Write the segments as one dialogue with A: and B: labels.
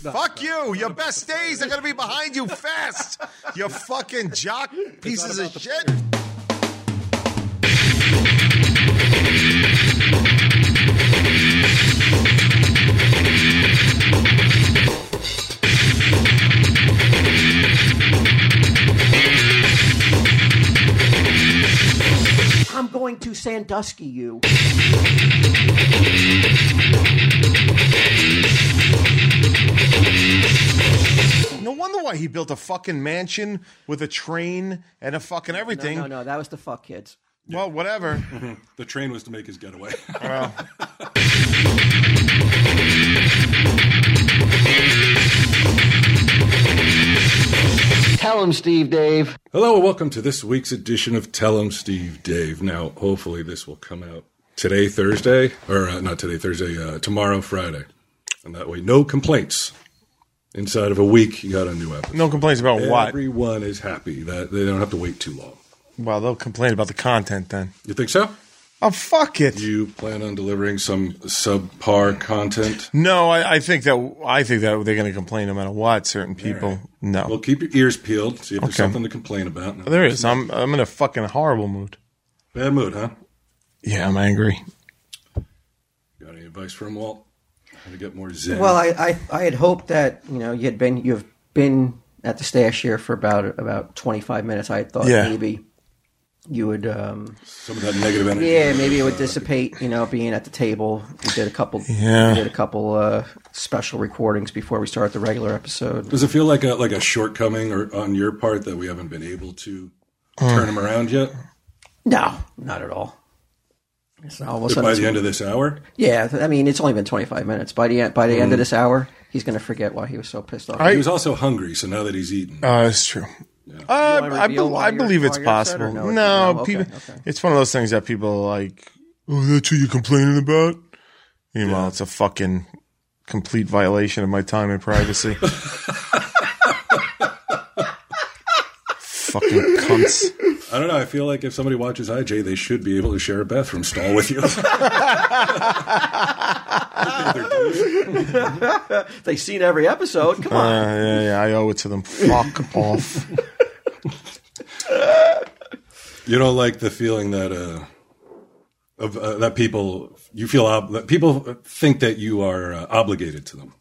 A: Fuck you. Your best days are going to be behind you fast. You fucking jock pieces of shit.
B: I'm going to Sandusky you.
A: No wonder why he built a fucking mansion with a train and a fucking
B: No,
A: everything.
B: no, no, that was the fuck kids.
A: Well, whatever.
C: The train was to make his getaway.
D: Tell him, Steve Dave.
C: Hello and welcome to this week's edition of Tell 'em Steve Dave. Now, hopefully, this will come out today, Thursday, or uh, not today, Thursday, uh, tomorrow, Friday, and that way, no complaints. Inside of a week, you got a new episode.
A: No complaints about what?
C: Everyone is happy that they don't have to wait too long.
A: Well, they'll complain about the content then.
C: You think so?
A: Oh, fuck it.
C: You plan on delivering some subpar content?
A: No, I, I think that I think that they're going to complain no matter what. Certain people, no.
C: Well, keep your ears peeled. See if there's
A: Okay.
C: something to complain about. No,
A: there is. I'm I'm in a fucking horrible mood.
C: Bad mood, huh?
A: Yeah, I'm angry.
C: Got any advice for him, Walt? How to get more zen?
B: Well, I, I, I had hoped that you know you had been you've been at the stash here for about about 25 minutes. I had thought
A: Yeah.
B: maybe you would um,
C: some of that negative energy.
B: yeah maybe it would dissipate. You know, being at the table, we did a couple
A: Yeah.
B: we did a couple uh, special recordings before we start the regular episode.
C: Does it feel like a like a shortcoming or on your part that we haven't been able to turn him around yet?
B: No, not at all. It's all of a sudden
C: By
B: it's
C: the end of this hour,
B: Yeah, I mean it's only been 25 minutes. By the end, by the end of this hour, he's going to forget why he was so pissed off.
C: he was also hungry. So now that he's eaten,
A: Uh, it's true. Uh,
B: Will I
A: I,
B: reveal
A: bel
B: why
A: I
B: you're-
A: believe
B: why
A: it's
B: you're upset
A: possible.
B: or no?
A: No,
B: No, okay,
A: people.
B: okay.
A: It's one of those things that people are like. Oh, that's what you're complaining about. Meanwhile, it's a fucking complete violation of my time and privacy. fucking cunts.
C: I don't know. I feel like if somebody watches IJ, they should be able to share a bathroom stall with you.
B: They've seen every episode. Come on.
A: Uh, yeah, yeah, I owe it to them. Fuck off.
C: you don't like the feeling that uh, of uh, that people you feel ob- that people think that you are uh, obligated to them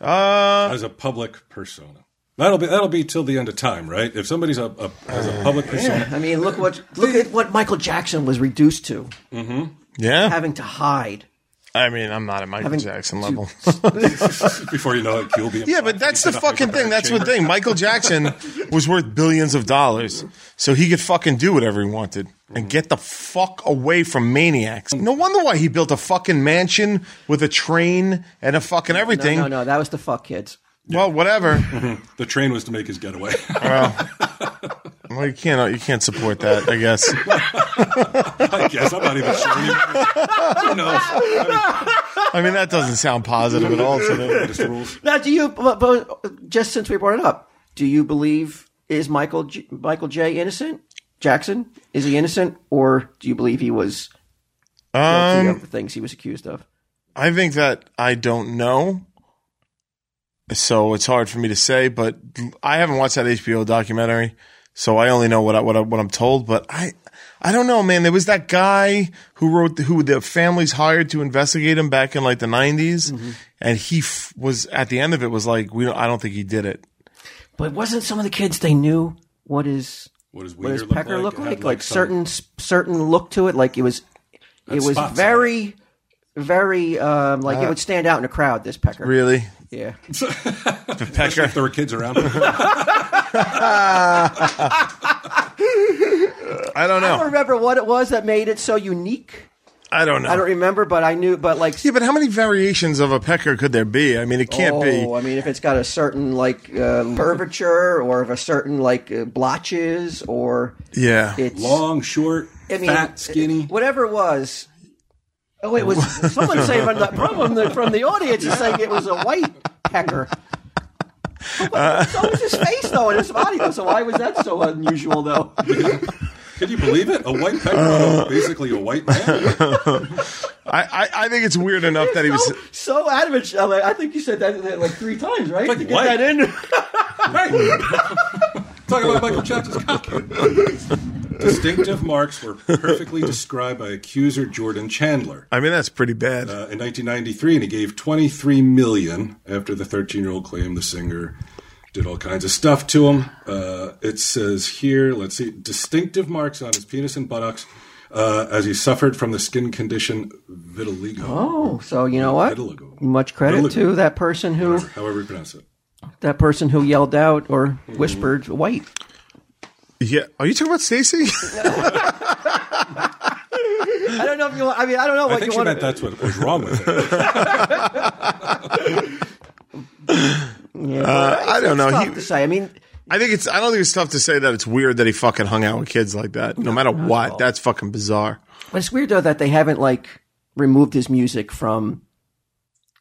A: Uh,
C: as a public persona. That'll be that'll be till the end of time, right? If somebody's a, a as a public persona,
B: I mean, look what look at what Michael Jackson was reduced to
A: yeah.
B: having to hide.
A: I mean, I'm not at Michael
B: Having
A: Jackson level.
C: before you know it, you'll be.
A: Yeah, but that's the fucking thing. That's the thing. Michael Jackson was worth billions of dollars, so he could fucking do whatever he wanted and get the fuck away from maniacs. No wonder why he built a fucking mansion with a train and a fucking
B: No,
A: everything.
B: no, no, that was the fuck kids.
A: Well, whatever.
C: The train was to make his getaway.
A: Well, you can't you can't support that, I guess.
C: I guess I'm not even sure. Who knows?
A: I mean, that doesn't sound positive at all. To me.
C: Just rules.
B: Now, do you? But, but just since we brought it up, do you believe is Michael J, Michael J innocent? Jackson is he innocent, or do you believe he was
A: Um,
B: guilty of the things he was accused of?
A: I think that I don't know. So it's hard for me to say, but I haven't watched that HBO documentary, so I only know what I, what I, what I'm told. But I I don't know, man. There was that guy who wrote who the families hired to investigate him back in like the 90s,
B: Mm-hmm.
A: and he f- was at the end of it was like, we don't, I don't think he did it.
B: But wasn't some of the kids they knew what is
C: What does,
B: what
C: Wiener
B: does
C: look
B: Pecker
C: like?
B: look
C: It had,
B: like? Like, certain
C: some-
B: certain look to it. Like it was, it was
C: spots on
B: very, very um, like it would stand out in a crowd. This Pecker,
A: Really,
B: yeah.
C: If
A: Pecker?
C: there were kids around, him.
A: I don't
B: I don't
A: know.
B: remember what it was that made it so unique.
A: I don't know.
B: I don't remember, but I knew. But like,
A: yeah, but how many variations of a pecker could there be? I mean, it can't
B: oh,
A: be.
B: I mean, if it's got a certain like uh, curvature, or of a certain like uh, blotches, or
A: Yeah.
B: it's
C: long, short,
B: I mean,
C: fat, skinny.
B: whatever it was. Oh, it was someone saying from the, from the from the audience is saying it was a white pecker. But so was his face though, and his body though. So why was that so unusual though? Uh.
C: Can you believe it? A white pecker, basically a white man.
A: I, I, I think it's weird enough that he was.
B: so, so adamant. I'm like, I think you said that, that like three times, right?
C: Like
B: to get
C: what?
B: that in.
C: Talking about Michael Jackson's cock. Distinctive marks were perfectly described by accuser Jordan Chandler.
A: I mean, that's pretty bad.
C: Uh, in 1993, and he gave 23 million after the 13-year-old claimed the singer did all kinds of stuff to him. Uh, it says here, let's see, distinctive marks on his penis and buttocks uh, as he suffered from the skin condition vitiligo.
B: Oh, so you know what?
C: Vitiligo.
B: Much credit
C: Vitiligo.
B: to that person who
C: However you pronounce it.
B: that person who yelled out or whispered white.
C: Mm-hmm.
A: yeah. Are you talking about Stacy?
B: I don't know if you. want- I mean, I don't know what
C: I
B: you
C: think she
B: want.
C: meant that's what was wrong with it.
B: Yeah,
A: Uh, I don't know.
B: It's tough
A: He-
B: to say. I mean,
A: I think it's. I don't think it's tough to say that it's weird that he fucking hung out with kids like that. No matter what, that's fucking bizarre.
B: but it's weird though that they haven't like removed his music from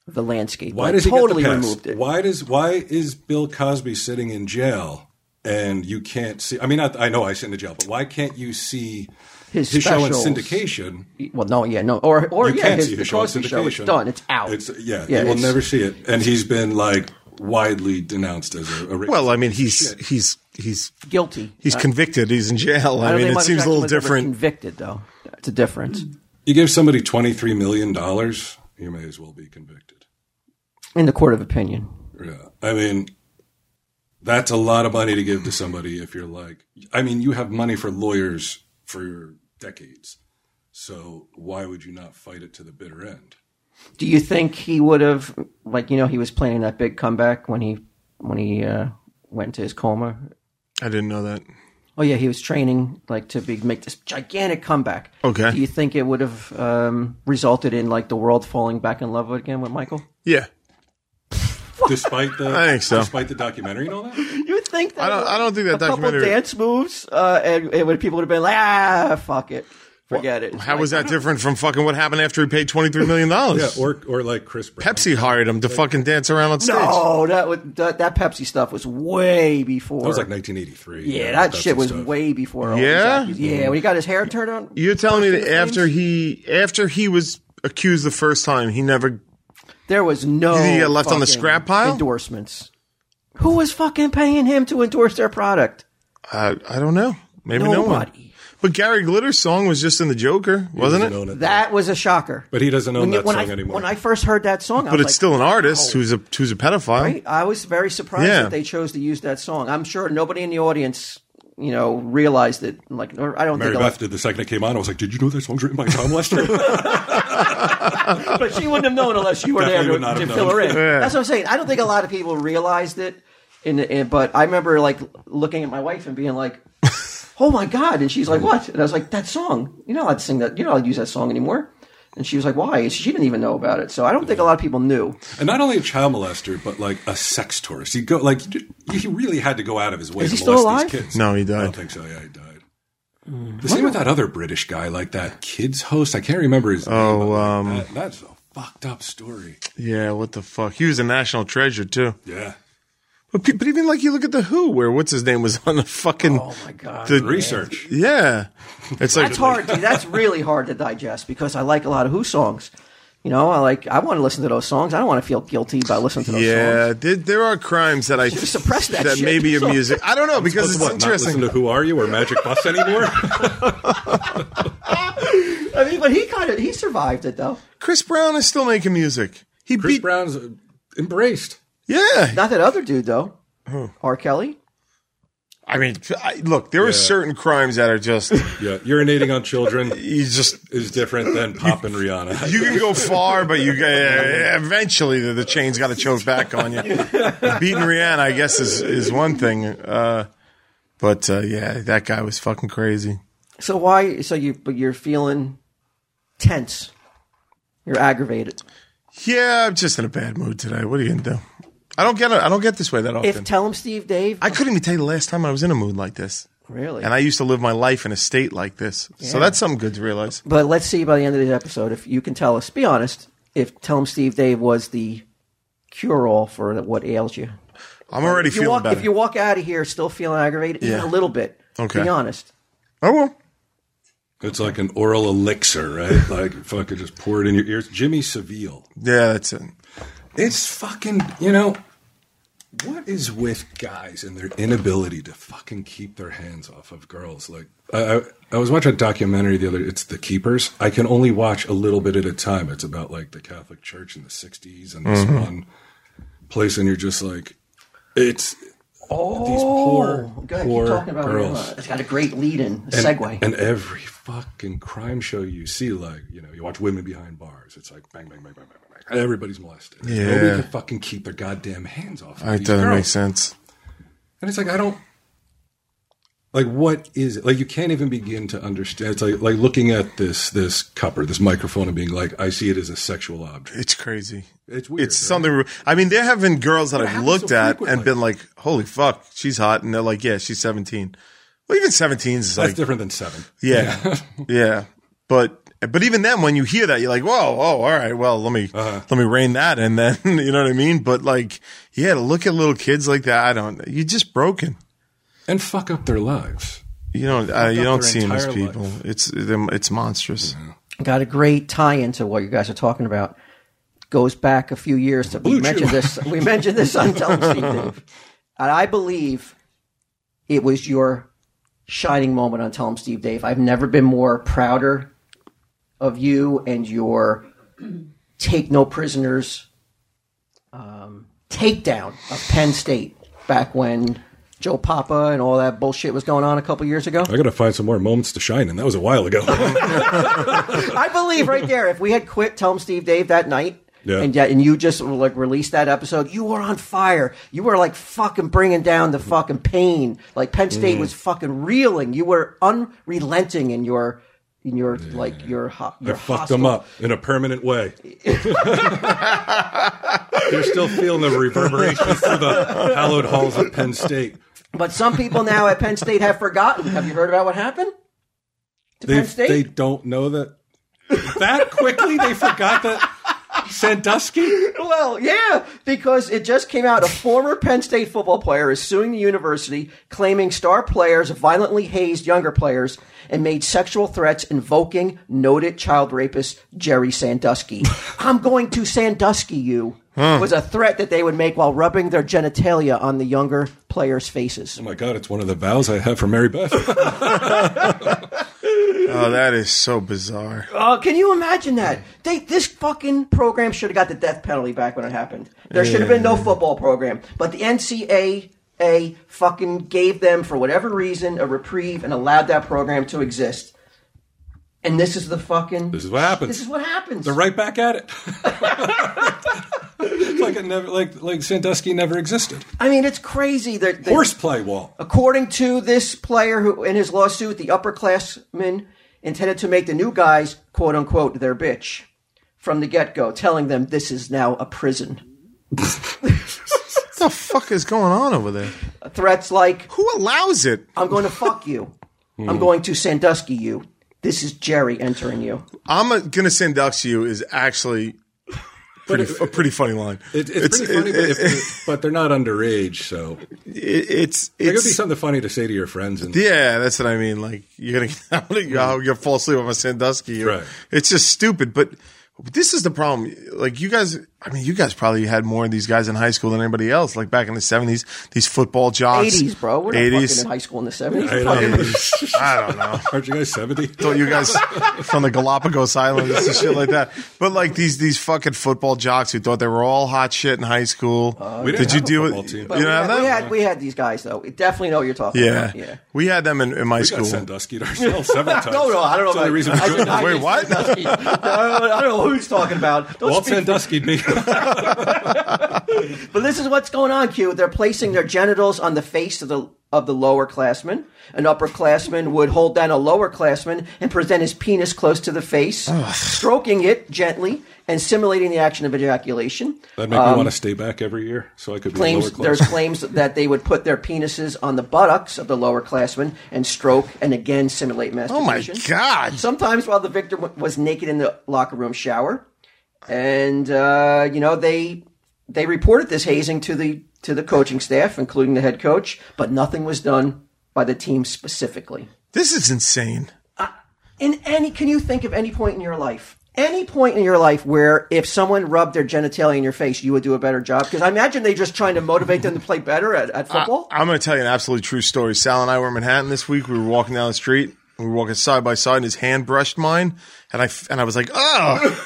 B: the landscape.
C: Why
B: Like,
C: does he
B: totally
C: get the pass?
B: removed it?
C: Why does why is Bill Cosby sitting in jail and you can't see? I mean, not, I know I sit in the jail, but why can't you see
B: His,
C: his show in
B: specials-
C: syndication?
B: Well, no, yeah, no, or or
C: You
B: yeah,
C: can't
B: his,
C: see
B: the
C: his show in
B: Cosby show. It's
C: syndication.
B: done. It's out.
C: It's yeah,
B: yeah.
C: you will
B: it's-
C: never see it, and he's been like widely denounced as a, a rapist.
A: Well, I mean, he's he's he's
B: guilty.
A: he's convicted. He's in jail. I, mean,
B: don't think
A: it
B: Michael
A: seems a
B: Jackson
A: little
B: was ever
A: different.
B: Convicted though, it's a difference.
C: you give somebody twenty three million dollars, you may as well be convicted.
B: in the court of opinion.
C: Yeah, I mean, that's a lot of money to give to somebody if you're like, I mean, you have money for lawyers for decades, so why would you not fight it to the bitter end?
B: Do you think he would have, like, you know, he was planning that big comeback when he when he uh, went into his coma?
A: I didn't know that.
B: Oh yeah, he was training like to be make this gigantic comeback.
A: Okay.
B: Do you think it would have um, resulted in like the world falling back in love again with Michael?
A: Yeah,
C: Despite the,
A: I think so.
C: Despite the documentary and all that,
B: You would think that
A: I don't- I don't think that
B: a couple
A: documentary-
B: dance moves uh, and, and when people would have been like, ah, fuck it, forget it. It's
A: how
B: like-
A: was that different from fucking what happened after he paid twenty three million dollars?
C: yeah, or or like Chris Brown.
A: Pepsi hired him to fucking dance around on stage.
B: No, oh, that, would, that that Pepsi stuff was way before.
C: That was like 1983.
B: Yeah, that
C: that's
B: shit
C: the
B: was
C: stuff.
B: way before. all
A: Yeah?
B: these actors. yeah. When he got his hair turned on,
A: You're telling me that after he after he was accused the first time, he never
B: there was no.
A: Did he get left on the
B: fucking
A: scrap pile?
B: Endorsements. Who was fucking paying him to endorse their product?
A: I, uh, I don't know. Maybe no one.
B: Nobody.
A: But Gary Glitter's song was just in the Joker, wasn't
C: Doesn't
A: it?
C: own it.
B: That was a shocker.
C: But he doesn't own
B: When, you-
C: that
B: when
C: song
B: I,
C: anymore.
B: when I first heard that song, I
A: But
B: was
A: it's
B: like,
A: still an artist who's a who's a pedophile.
B: Right? I was very surprised
A: Yeah.
B: that they chose to use that song. I'm sure nobody in the audience, you know, realized it. Like, or I don't
C: Mary
B: think,
C: Beth did the second it came on. I was like, "Did you know that song's written by Tom Lester?"
B: but she wouldn't have known unless you were there
C: Definitely
B: to,
C: would not
B: to
C: have
B: fill
C: known.
B: her in. That's what I'm saying. I don't think a lot of people realized it. In, in, but I remember like looking at my wife and being like, "Oh my god!" And she's like, "What?" And I was like, "That song. You know, I'd sing that. You know, I'd use that song anymore." And she was like, "Why?" She didn't even know about it. So I don't think a lot of people knew. Oh
C: and not only a child molester, but like a sex tourist. He go like he really had to go out of his way
B: Is
C: to
B: he still
C: molest
B: alive? Hmm.
C: these kids.
A: No, he
C: I
A: died.
C: don't think so. Yeah, he died. The same with that other British guy, like that kids host. I can't remember his name.
A: Oh,
C: but, like,
A: um,
C: that- that's a fucked up story.
A: yeah. What the fuck? He was a national treasure too.
C: Yeah,
A: But, pe- but even like you look at the Who, where what's his name was on the fucking
B: Oh my god.
A: the
C: research.
A: Yeah, it's like
B: That's hard. to- That's really hard to digest because I like a lot of Who songs. You know, I like. I want to listen to those songs. I don't want to feel guilty about listening to those songs.
A: Yeah, there, there are crimes that I
B: Suppress that shit.
A: maybe a music. I don't know because it's
C: What, not listen
A: interesting.
C: to Who Are You or Magic Bus anymore?
B: I mean, but he kind of he survived it though.
A: Chris Brown is still making music. He
C: Chris
A: beat
C: Brown's uh, embraced.
A: yeah.
B: Not that other dude though. R. Kelly.
A: I mean, I, look, there are certain crimes that are just
C: Yeah, urinating on children
A: you just
C: is different than Pop and Rihanna.
A: You can go far, but you uh, eventually the, the chain's got to choke back on you. Beating Rihanna, I guess, is is one thing, uh, but uh, yeah, that guy was fucking crazy.
B: So why? So you but you're feeling tense. You're aggravated.
A: Yeah, I'm just in a bad mood today. What are you gonna do? I don't get it. I don't get this way that often.
B: If tell him Steve Dave.
A: I couldn't even tell you the last time I was in a mood like this,
B: really.
A: and I used to live my life in a state like this. So that's something good to realize.
B: but let's see by the end of this episode if you can tell us. Be honest. If tell him Steve Dave was the cure all for what ails you.
A: I'm already
B: If you
A: feeling
B: walk,
A: better.
B: if you walk out of here still feeling aggravated, even
A: Yeah.
B: a little bit,
A: Okay.
B: be honest.
A: oh well,
C: It's like an oral elixir, right? like fucking just pour it in your ears. Jimmy Seville.
A: Yeah, that's it.
C: It's fucking, you know, what is with guys and their inability to fucking keep their hands off of girls? Like, I, I, I was watching a documentary the other. It's The Keepers. I can only watch a little bit at a time. It's about like the Catholic Church in the '60s and this one place, and you're just like, it's
B: Oh,
C: these poor,
B: I'm gonna keep
C: poor
B: talking about
C: girls.
B: Rima. It's got a great lead in, a
C: and,
B: segue.
C: And every fucking crime show you see, like, you know, you watch women behind bars, it's like bang, bang, bang, bang, bang, bang. bang. Everybody's molested.
A: Yeah.
C: Nobody can fucking keep their goddamn hands off. Of
A: All right,
C: these
A: that
C: girls.
A: makes sense.
C: And it's like, I don't. Like what is it? Like you can't even begin to understand. It's like like looking at this this copper, this microphone, and being like, I see it as a sexual object.
A: It's crazy.
C: It's weird.
A: it's
C: right?
A: something. I mean, there have been girls that I've
C: happens
A: looked
C: so
A: at and
C: frequently.
A: been like, "Holy fuck, she's hot," and they're like, "Yeah, she's 17." Well, even 17 is
C: that's
A: like,
C: different than seven.
A: yeah, yeah. But but even then, when you hear that, you're like, "Whoa, oh, all right, well, let me
C: Uh-huh.
A: let me rein that," and then you know what I mean. But like, yeah, to look at little kids like that, I don't. You're just broken.
C: And fuck up their lives.
A: You don't. Uh, you
C: up
A: don't
C: their
A: see them as
C: entire
A: people. It's it's monstrous.
B: got a great tie into what you guys are talking about. Goes back a few years to we
C: Blue
B: mentioned
C: Chew.
B: this. We mentioned this on Telem Steve. And I believe it was your shining moment on Tell 'em Steve Dave. I've never been more prouder of you and your take no prisoners um, takedown of Penn State back when Joe Papa and all that bullshit was going on a couple years ago.
C: I gotta find some more moments to shine in. That was a while ago.
B: I believe right there, if we had quit Tell 'em Steve Dave that night,
C: Yeah.
B: and yet- and you just like released that episode, you were on fire. You were like fucking bringing down the fucking pain. Like Penn State
C: Mm-hmm.
B: was fucking reeling. You were unrelenting in your in your like your hot.
C: I fucked them up in a permanent way. You're still feeling the reverberations through the hallowed halls of Penn State.
B: But some people now at Penn State have forgotten. Have you heard about what happened? To
C: They,
B: Penn State?
C: they don't know that. That quickly they forgot that Sandusky?
B: Well, yeah, because it just came out a former Penn State football player is suing the university, claiming star players violently hazed younger players and made sexual threats invoking noted child rapist Jerry Sandusky. I'm going to Sandusky you was a threat that they would make while rubbing their genitalia on the younger players' faces.
C: Oh my God, it's one of the vows I have for Mary Beth.
A: Oh, that is so bizarre.
B: Oh, can you imagine that? They this fucking program should have got the death penalty back when it happened. There should have been no football program, but the NCAA fucking gave them for whatever reason a reprieve and allowed that program to exist. And this is the fucking
C: This is what happens.
B: This is what happens.
C: They're right back at it. it's like it never, like like Sandusky never existed.
B: I mean, it's crazy that that-
C: Horseplay wall.
B: According to this player who, in his lawsuit, the upperclassmen intended to make the new guys, quote unquote, their bitch from the get go, telling them this is now a prison.
A: What the fuck is going on over there?
B: Threats like,
A: Who allows it?
B: I'm going to fuck you. I'm
A: Hmm.
B: going to Sandusky you. This is Jerry entering you.
A: I'm uh, gonna send ducks to you is actually pretty, a pretty funny line.
C: It, it's, pretty funny, but,
A: it-
C: if, but they're not underage, so
A: it- it's
C: It could be
A: it's
C: something funny to say to your friends. And
A: yeah, that's what I mean. Like you're gonna I'm gonna go- you're gonna fall asleep on my Sandusky.
C: Mm-hmm. Right.
A: It's just stupid. But this is the problem. Like you guys, I mean, you guys probably had more of these guys in high school than anybody else. Like back in the '70s, these football jocks,
B: 80s, bro. We're not fucking in high school in the 70s.
C: I know.
A: I don't know.
C: Aren't you guys 70?
A: thought you guys from the Galapagos Islands and shit like that. But like these these fucking football jocks who thought they were all hot shit in high school.
C: Uh, We didn't
A: Did you do
C: have a football
A: it?
C: team.
A: You
C: But
A: know
B: we, had, we,
A: that?
B: had, we had these guys, though. We definitely know what you're talking
A: Yeah.
B: about. Yeah.
A: we had them in, in my
C: We got
A: school.
C: Sandusky ourselves several times.
B: No, no, I don't know.
C: It's
B: about-
C: the only reason we
B: I did
C: joined.
B: not
A: Wait,
B: get
A: what?
B: Sandusky. I, don't, I don't know who he's talking about. Don't
C: Walt
B: speak for
C: Sandusky me.
B: But this is what's going on, Q. They're placing their genitals on the face of the of the lower classman. An upperclassman would hold down a lower classman and present his penis close to the face, stroking it gently and simulating the action of ejaculation.
C: That'd make me want to stay back every year so I could be
B: Um, Claims
C: lower
B: there's
C: class.
B: claims that they would put their penises on the buttocks of the lower classman and stroke and again simulate
A: Oh my
B: masturbation.
A: god!
B: Sometimes while the victim w- was naked in the locker room shower, and uh, you know they they reported this hazing to the to the coaching staff, including the head coach, but nothing was done by the team specifically.
A: This is insane.
B: in any, can you think of any point in your life? Any point in your life where if someone rubbed their genitalia in your face, you would do a better job? Because I imagine they're just trying to motivate them to play better at,
C: Uh,
B: at football.
A: I'm going to tell you an absolutely true story. Sal and I were in Manhattan this week. We were walking down the street. We were walking side by side, and his hand brushed mine, and I f- and I was like, oh.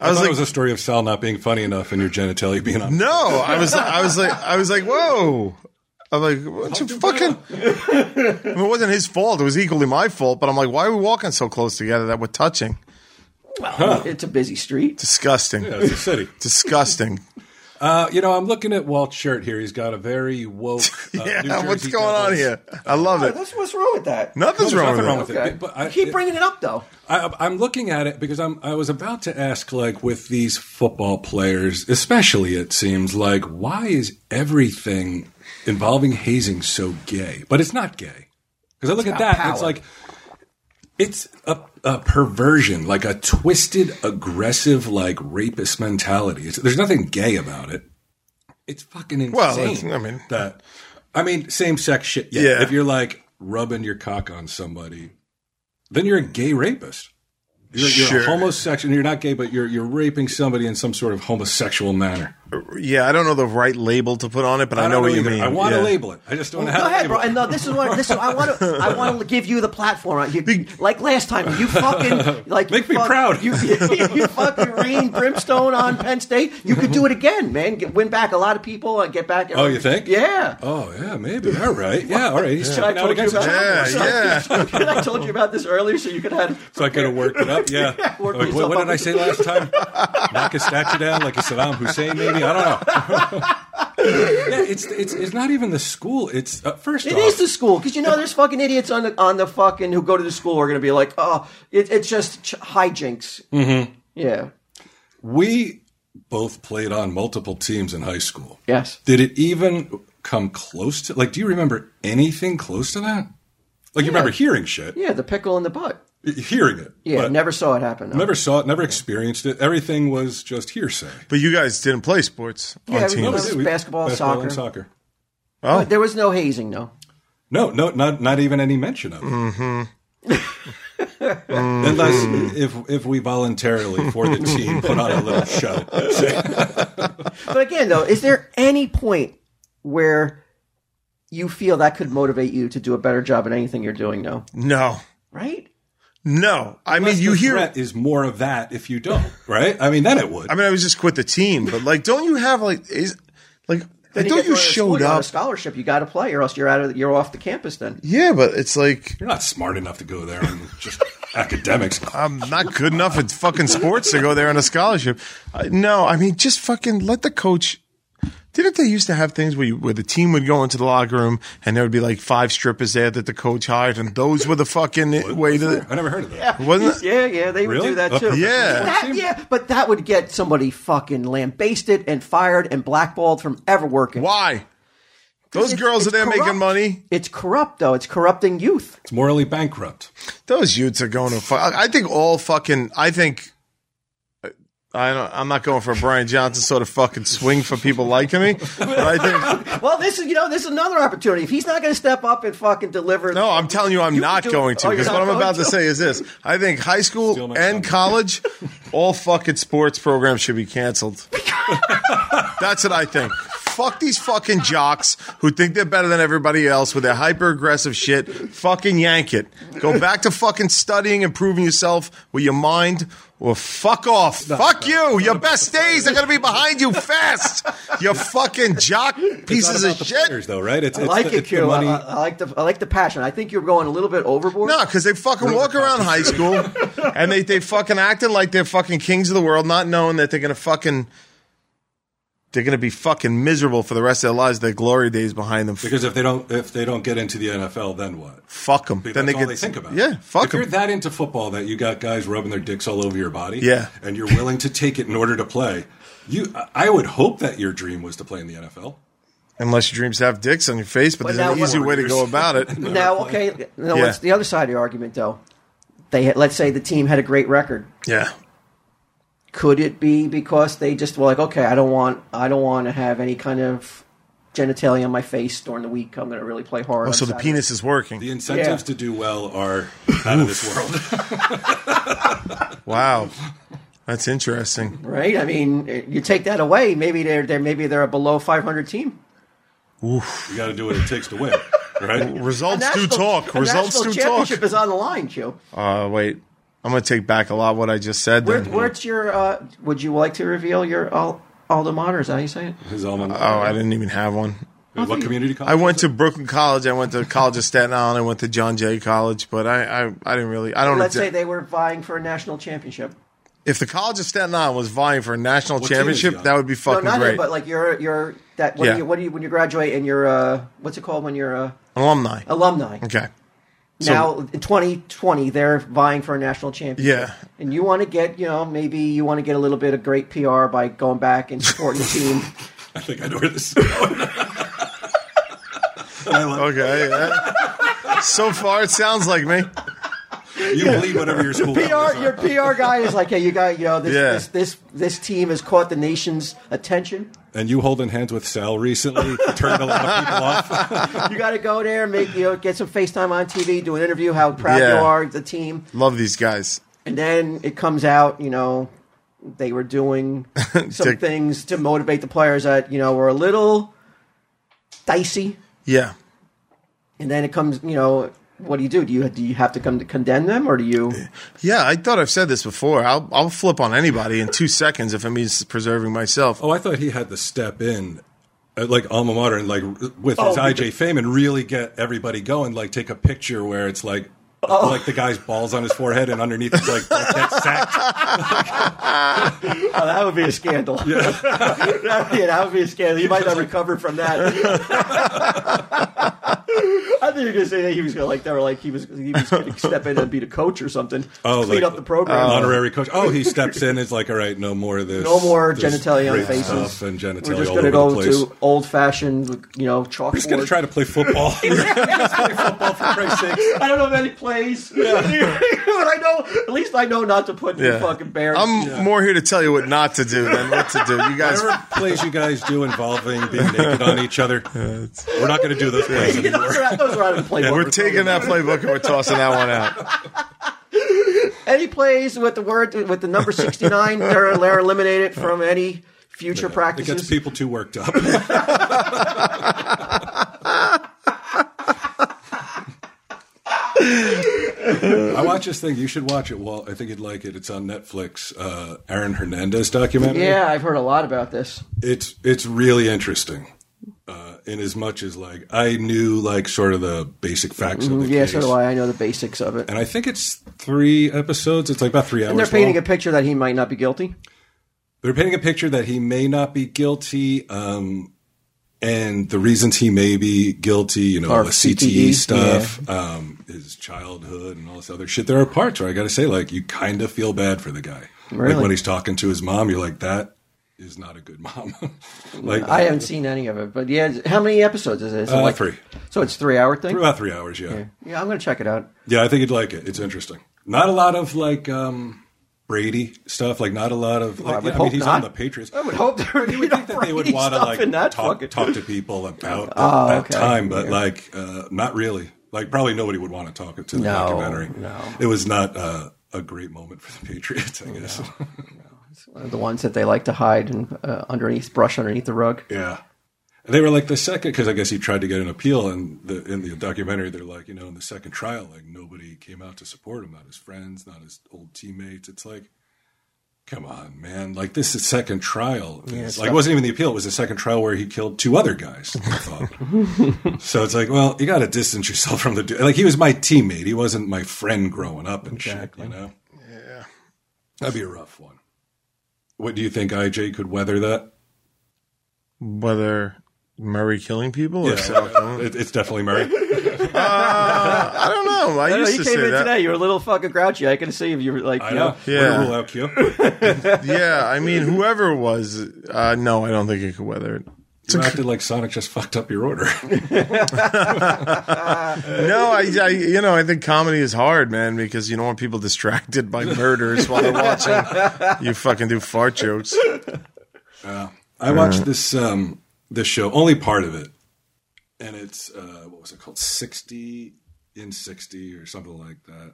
C: I, thought it was a story of Sal not being funny enough and your genitalia being on.
A: No, I was, I was like, I was like, whoa. I'm like, what you fucking? I mean, it wasn't his fault. It was equally my fault. But I'm like, why are we walking so close together that we're touching?
B: It's a busy street.
A: Disgusting.
C: Yeah, it's a city.
A: Disgusting.
C: Uh, you know, I'm looking at Walt's shirt here. He's got a very woke. Uh, New
A: yeah,
C: Jersey
A: what's going on
C: Devils.
A: here? I love it.
B: That's what's wrong with that.
A: Nothing's
C: There's
A: wrong
C: nothing
A: with
C: wrong
A: it.
C: with it.
B: Okay.
C: But I,
B: keep bringing it up though.
C: I, I'm looking at it because I'm. I was about to ask, like, with these football players, especially, it seems like why is everything involving hazing so gay? But it's not gay because I look at that. and It's
B: power.
C: like it's a, a perversion, like a twisted, aggressive, like rapist mentality. It's, there's nothing gay about it. It's fucking insane.
A: Well, it's- I mean-
C: that. I mean, same sex shit. Yeah.
A: Yeah.
C: If you're like rubbing your cock on somebody, then you're a gay rapist. You're, you're
A: Sure.
C: a homosexual. You're not gay, but you're you're raping somebody in some sort of homosexual manner.
A: Yeah, I don't know the right label to put on it, but I, know
C: don't
A: what you
C: either.
A: mean.
C: I want
A: Yeah.
C: to label it. I just don't know
B: Go
C: how
B: ahead,
C: to
B: bro.
C: label
B: And no, this is what this. Is, I want to. I want to give you the platform. You, like last time, you fucking like
C: Make me
B: fuck-
C: proud.
B: You, you fucking rain brimstone on Penn State. You could do it again, man. Get, win back a lot of people and get back.
C: Oh, you think?
B: Yeah.
C: Oh yeah, maybe. All right. Yeah. All right. He's
B: Should I
C: checking out
B: told you about
C: against
A: Yeah,
B: Sorry.
A: yeah.
B: Should I told you about this earlier, so you could have.
C: So I could have worked it up. Yeah.
B: Work
C: Like, what,
B: yourself
C: what
B: up.
C: did I say last time? Knock a statue down like a Saddam Hussein, maybe? I don't know. yeah, it's, it's it's not even the school. It's uh, first
B: It
C: off,
B: is the school because you know there's fucking idiots on the on the fucking who go to the school are going to be like, oh, it, it's just ch- hijinks. Mm-hmm. Yeah.
C: we both played on multiple teams in high school.
B: Yes.
C: Did it even come close to like? Do you remember anything close to that? Like you remember hearing shit,
B: Yeah. The pickle in the butt.
C: hearing it.
B: Yeah.
C: but
B: never saw it happen. though.
C: never saw it, never experienced it. Everything was just hearsay.
A: But you guys didn't play sports
B: Yeah,
A: on
B: we-
A: teams.
B: It was
C: Yeah, we-
B: basketball,
C: and
B: soccer.
C: soccer.
B: But there was no hazing, though.
C: No, no, not not even any mention of it.
B: Mm-hmm.
C: Unless if if we voluntarily for the team put on a little show.
B: But again, though, is there any point where you feel that could motivate you to do a better job at anything you're doing now?
A: No,
B: Right?
A: no. I mean,
C: Unless
A: you
C: the
A: hear.
C: threat is more of that if you don't, right? I mean, then it would.
A: I mean, I was just quit the team, but like, don't you have like, is like, I thought you showed
B: on a
A: up.
B: scholarship. You got to play, or else you're out of you're off the campus. Then
A: Yeah, but it's like
C: You're not smart enough to go there and just academics.
A: I'm not good enough at fucking sports to go there on a scholarship. Uh, no, I mean, just fucking let the coach. Didn't they used to have things where, you, where the team would go into the locker room and there would be like five strippers there that the coach hired, and those were the fucking way to.
C: I never heard of that.
A: Wasn't it?
B: yeah, yeah, they would
C: Really?
B: do that
C: Uh,
B: too.
A: yeah.
B: That- yeah, but that would get somebody fucking lambasted and fired and blackballed from ever working.
A: Why? Those
B: It's-
A: girls
B: it's
A: are there
B: corrupt.
A: making money.
B: It's corrupt, though. It's corrupting youth.
C: It's morally bankrupt.
A: Those youths are going to fuck. I think all fucking. I think. I don't, I'm not going for a Brian Johnson sort of fucking swing for people liking me, but I think
B: Well, this is you know this is another opportunity. If he's not going to step up and fucking deliver,
A: no. I'm telling you, I'm
B: You
A: not
B: do-
A: going to
B: oh, you're
A: because
B: not
A: what I'm
B: going
A: about to
B: to?
A: say is this: I think high
C: Steal
A: school
C: my
A: and
C: thunder.
A: college, all fucking sports programs should be canceled. That's what I think. Fuck these fucking jocks who think they're better than everybody else with their hyper aggressive shit. Fucking yank it. Go back to fucking studying and proving yourself with your mind or fuck off. fuck you. Your best days are going to be behind you fast. You fucking jock pieces
C: Not
A: of
C: about the
A: shit.
C: players, though, right? It's,
B: I like
C: the,
B: it,
C: the
B: Q. I, I, I like the I like the passion. I think you're going a little bit overboard.
A: No, because they fucking walk around high school and they, they fucking acting like they're fucking kings of the world, not knowing that they're gonna fucking they're gonna be fucking miserable for the rest of their lives. Their glory days behind them.
C: Because if they don't if they don't get into the NFL, then what?
A: fuck them.
C: That's
A: Then they
C: all
A: get
C: they think about.
A: Yeah, fuck
C: If you're
A: them.
C: that into football that you got guys rubbing their dicks all over your body,
A: Yeah.
C: and you're willing to take it in order to play, you, I- I would hope that your dream was to play in the NFL.
A: Unless your dreams have dicks on your face, but,
B: But
A: there's an
B: now
A: easy
B: what-
A: way to go about it.
B: now okay. No,
A: Yeah.
B: what's the other side of your argument though? They had, let's say the team had a great record.
A: yeah,
B: Could it be because they just were like, okay, I don't want I don't want to have any kind of genitalia on my face during the week. I'm going to really play hard.
A: Oh,
B: on
A: so the
B: Saturday.
A: penis is working.
C: The incentives
B: Yeah.
C: to do well are out of this world.
A: Wow, that's interesting.
B: right? I mean, eh, you take that away, maybe they're, they're maybe they're a below 500 team.
C: you got to do what it takes to win, right?
A: Results
B: A
A: do
B: national-
A: talk.
B: a
A: Results
B: national
A: do talk.
B: championship is on the line, Joe.
A: Uh, wait, I'm gonna take back a lot of what I just said.
B: Where,
A: then.
B: Where's your? Uh, would you like to reveal your all alma mater? Is that how you say it?
C: His alma mater.
A: oh, I didn't even have one.
C: what community college?
A: I went to Brooklyn College. I went to College of Staten Island. I went to John Jay College, but I, I, I didn't really. I don't.
B: Let's
A: exa-
B: say they were vying for a national championship.
A: if the College of Staten Island was vying for a national
C: What team is he
A: championship,
C: on?
A: that would be
B: No,
A: fucking
B: not
A: great.
B: you, but like your your that. What,
A: Yeah.
B: do you, what do you when you graduate and you're uh, what's it called when you're uh,
A: Alumni.
B: alumni?
A: Okay.
B: now in 2020 they're vying for a national championship.
A: Yeah.
B: And you want to get you know maybe you want to get a little bit of great PR by going back and supporting the team.
C: I think I know where this is going. I love-
A: Okay. yeah. so far, it sounds like me.
C: You believe whatever your school colors
B: PR,
C: are.
B: your PR guy is like, hey, you got you know this
A: Yeah.
B: this, this this team has caught the nation's attention.
C: And you holding hands with Sal recently turned a lot of people off.
B: You got to go there, make you know, get some FaceTime on TV, do an interview, how proud
A: Yeah.
B: you are of the team,
A: Love these guys.
B: and then it comes out, you know, they were doing some
A: Dick.
B: things to motivate the players that you know were a little dicey,
A: Yeah.
B: and then it comes, you know, what do you do? Do you do you have to come to condemn them, or do you?
A: Yeah, I thought I've said this before. I'll I'll flip on anybody in two seconds if it means preserving myself.
C: Oh, I thought he had to step in, uh, like alma mater, and like r- with his
B: Oh,
C: IJ fame, and really get everybody going. Like take a picture where it's like. Like the guy's balls on his forehead, and underneath is like "Don't get sacked.
B: Oh, that would be a scandal. that, yeah, that would be a scandal. You might not recover from that. I think you're gonna say that he was gonna like they were like he was he was gonna step in and be the coach or something.
C: Oh,
B: clean
C: like-
B: up the program.
C: Honorary coach. Oh, he steps in. It's like, all right, no more of this.
B: no more
C: this
B: genitalia on
C: great
B: faces.
C: stuff and genitalia
B: We're just
C: all
B: gonna
C: over the
B: go
C: place.
B: to old fashioned, you know, chalkboard.
C: He's gonna try to play football. football for Christ's sake.
B: I don't know if any plays, but I know at least I know not to put
A: Yeah.
B: the fucking bear.
A: I'm more here to tell you what not to do than what to do. You guys,
C: Whatever plays you guys do involving being naked on each other, we're not going to do those plays
B: You know,
C: anymore.
B: those are, those are out of the playbook.
A: we're taking that playbook and we're tossing that one out.
B: any plays with the word with the number 69 they're, they're eliminated from any future
C: It gets
B: practices
C: people too worked up. I watch this thing. You should watch it, Walt. I think you'd like it. It's on Netflix. Uh, Aaron Hernandez documentary.
B: yeah i've heard a lot about this
C: it's it's really interesting uh, in as much as like i knew like sort of the basic facts of the
B: Mm-hmm. yeah
C: case
B: so do i i know the basics of it and
C: and i think it's three episodes it's like about three hours
B: they're painting a
C: long.
B: picture that he might not be guilty
C: they're painting a picture that he may not be guilty um, and the reasons he may be guilty you know
B: Or
C: the cte
B: CTE,
C: E stuff um, his childhood and all this other shit there are parts where i gotta say like you kind of feel bad for the guy
B: Really?
C: like when he's talking to his mom you're like that is not a good mom like
B: i haven't seen any of it but yeah how many episodes is it, is it
C: uh,
B: like
C: three
B: so it's three hour thing
C: about three hours yeah.
B: yeah i'm gonna check it out
C: Yeah, I think you'd like it. It's interesting. Not a lot of like um, Brady stuff. Like not a lot of. Like,
B: I would
C: yeah, I,
B: hope
C: mean, he's
B: not.
C: on the Patriots.
B: i would hope there would be no
C: that they would
B: Brady
C: want to
B: stuff in
C: like
B: that
C: talk,
B: fucking-
C: talk to people about
B: Oh,
C: that
B: okay.
C: time, but
B: Yeah.
C: like uh, not really. Like probably nobody would want to talk to the
B: No,
C: documentary.
B: no.
C: It was not uh, a great moment for the Patriots, I guess.
B: the ones that they like to hide and uh, underneath brush underneath the rug
C: Yeah. And they were like the second, because I guess he tried to get an appeal, and the, in the documentary, they're like, you know, in the second trial, like nobody came out to support him, not his friends, not his old teammates. It's like, come on, man! Like this is second trial. It's like it wasn't even the appeal; it was the second trial where he killed two other guys. I thought. so it's like, well, you got to distance yourself from the dude. Like he was my teammate; he wasn't my friend growing up and shit. You know, yeah, that'd be a rough one. What do you think, IJ could weather that?
A: Whether Murray killing people or South
C: Yeah, it, it's definitely Murray.
A: I don't know. I,
B: I know,
A: used
B: you
A: to
B: came
A: say
B: in
A: that.
B: today. You were a little fucking grouchy. I can see if you were like,
C: I
B: you
C: know.
B: know,
C: Way to
A: Yeah.
C: Rule out Q.
A: Yeah, I mean, whoever it was, uh, no, I don't think it could weather it.
C: You acted like Sonic just fucked up your order.
A: No, I, I, you know, I think comedy is hard, man, because you don't want people distracted by murders while they're Oh, watching you fucking do fart jokes.
C: I watched this um, this show, only part of it, and it's uh, what was it called? Sixty in sixty or something like that.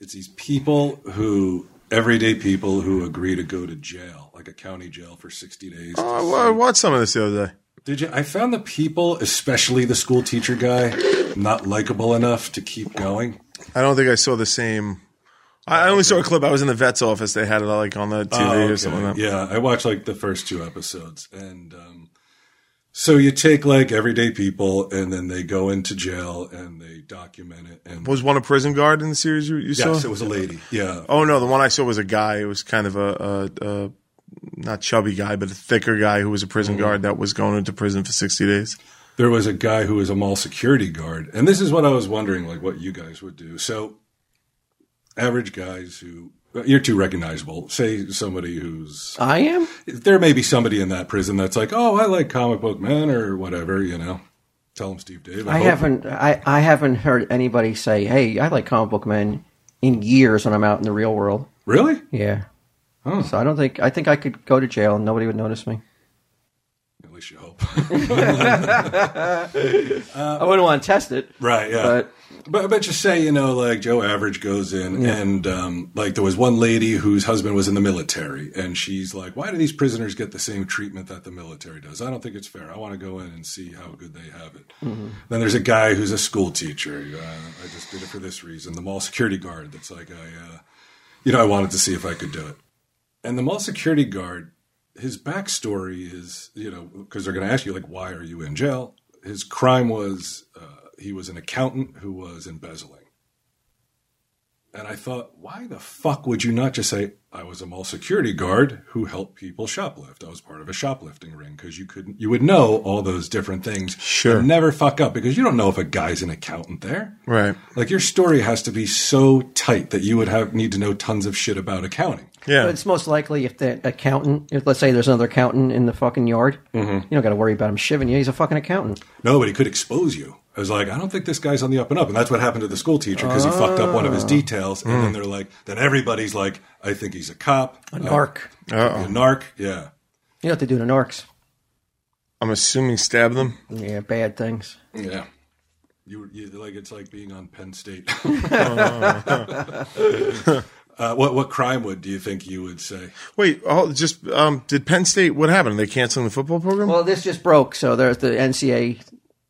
C: It's these people who everyday people who agree to go to jail, like a county jail, for sixty days.
A: Oh, I wa- I watched some of this the other day.
C: Did you? I found the people, especially the school teacher guy, not likable enough to keep going.
A: I don't think I saw the same. I I only saw a clip. I was in the vet's office. They had it like on the TV
B: Oh,
A: or something. Like that.
C: Oh, Yeah, I watched like the first two episodes, and um, so you take like everyday people, and then they go into jail and they document it. And
A: Was one a prison guard in the series you, you
C: yes,
A: saw?
C: it was a lady. Yeah,
A: oh no, the one I saw was a guy. It was kind of a, a, a not chubby guy, but a thicker guy who was a prison guard that was going into prison for sixty days.
C: there was a guy who was a mall security guard, and this is what I was wondering, like what you guys would do. So, average guys who you're too recognizable. Say somebody who's
B: I am.
C: there may be somebody in that prison that's like, oh, I like comic book men or whatever, you know. Tell them Steve Dave.
B: I
C: hope-
B: haven't. I, I haven't heard anybody say, "Hey, I like comic book men." In years, when I'm out in the real world.
C: Really?
B: Yeah. So I don't think I think I could go to jail and nobody would notice me.
C: At least you hope.
B: I wouldn't want to test it.
C: right, yeah.
B: But-
C: But, but, just say, you know, like Joe Average goes in and, um, like, there was one lady whose husband was in the military and she's like, why do these prisoners get the same treatment that the military does? I don't think it's fair. I want to go in and see how good they have it. Then there's a guy who's a school teacher. Uh, I just did it for this reason. The mall security guard that's like, I, uh, you know, I wanted to see if I could do it. And the mall security guard, his backstory is, you know, because they're going to ask you, like, why are you in jail? His crime was uh, he was an accountant who was embezzling. And I thought, why the fuck would you not just say, I was a mall security guard who helped people shoplift? I was part of a shoplifting ring because you couldn't, you would know all those different things.
A: Sure.
C: And never fuck up because you don't know if a guy's an accountant there.
A: Right.
C: Like your story has to be so tight that you would have need to know tons of shit about accounting.
A: Yeah.
B: But it's most likely if the accountant, if, let's say there's another accountant in the fucking yard, you don't got to worry about him shiving you. He's a fucking accountant.
C: No, but he could expose you. I was like, I don't think this guy's on the up and up, and that's what happened to the school teacher because he fucked up one of his details, and then they're like, then everybody's like, I think he's a cop,
B: A narc.
C: a narc, yeah.
B: You know what they do to narcs?
A: I'm assuming stab them.
B: Yeah, bad things.
C: Yeah. You, you like it's like being on Penn State. uh, what what crime would do you think you would say?
A: Wait, oh, just um, did Penn State? What happened? They canceling the football program?
B: Well, this just broke, so there's the NCA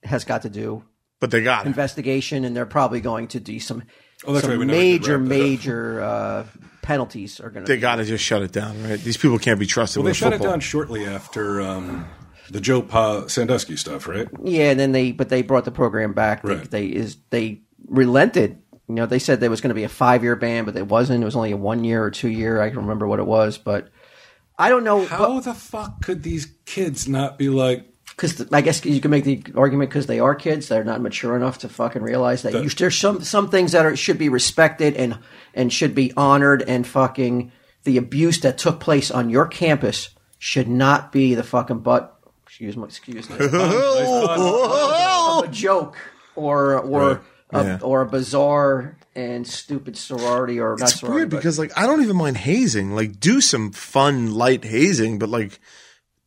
B: has got to do
A: but they got it.
B: investigation, and they're probably going to do some,
C: Oh, that's
B: some
C: right, we never did
B: major,
C: wrap that up.
B: major uh, penalties are going
A: They
B: to.
A: got to just shut it down, right? These people can't be trusted
C: Well, they
A: with
C: shut it
A: football.
C: down shortly after um, the Joe Pa Sandusky stuff, right?
B: Yeah, and then they but they brought the program back. They,
C: Right.
B: they is they relented. You know, they said there was going to be a five year ban, but it wasn't. It was only a one year or two year. I can remember what it was, but I don't know.
C: How the fuck could these kids not be like,
B: because I guess you can make the argument because they are kids, they're not mature enough to fucking realize that, you, there's some some things that are should be respected and and should be honored and fucking the abuse that took place on your campus should not be the fucking butt. Excuse my excuse me, a joke or or.
C: Right.
B: A,
A: Yeah.
B: Or a bizarre and stupid sorority, or not
A: It's
B: sorority,
A: weird
B: but-
A: because like I don't even mind hazing. Like do some fun light hazing, but like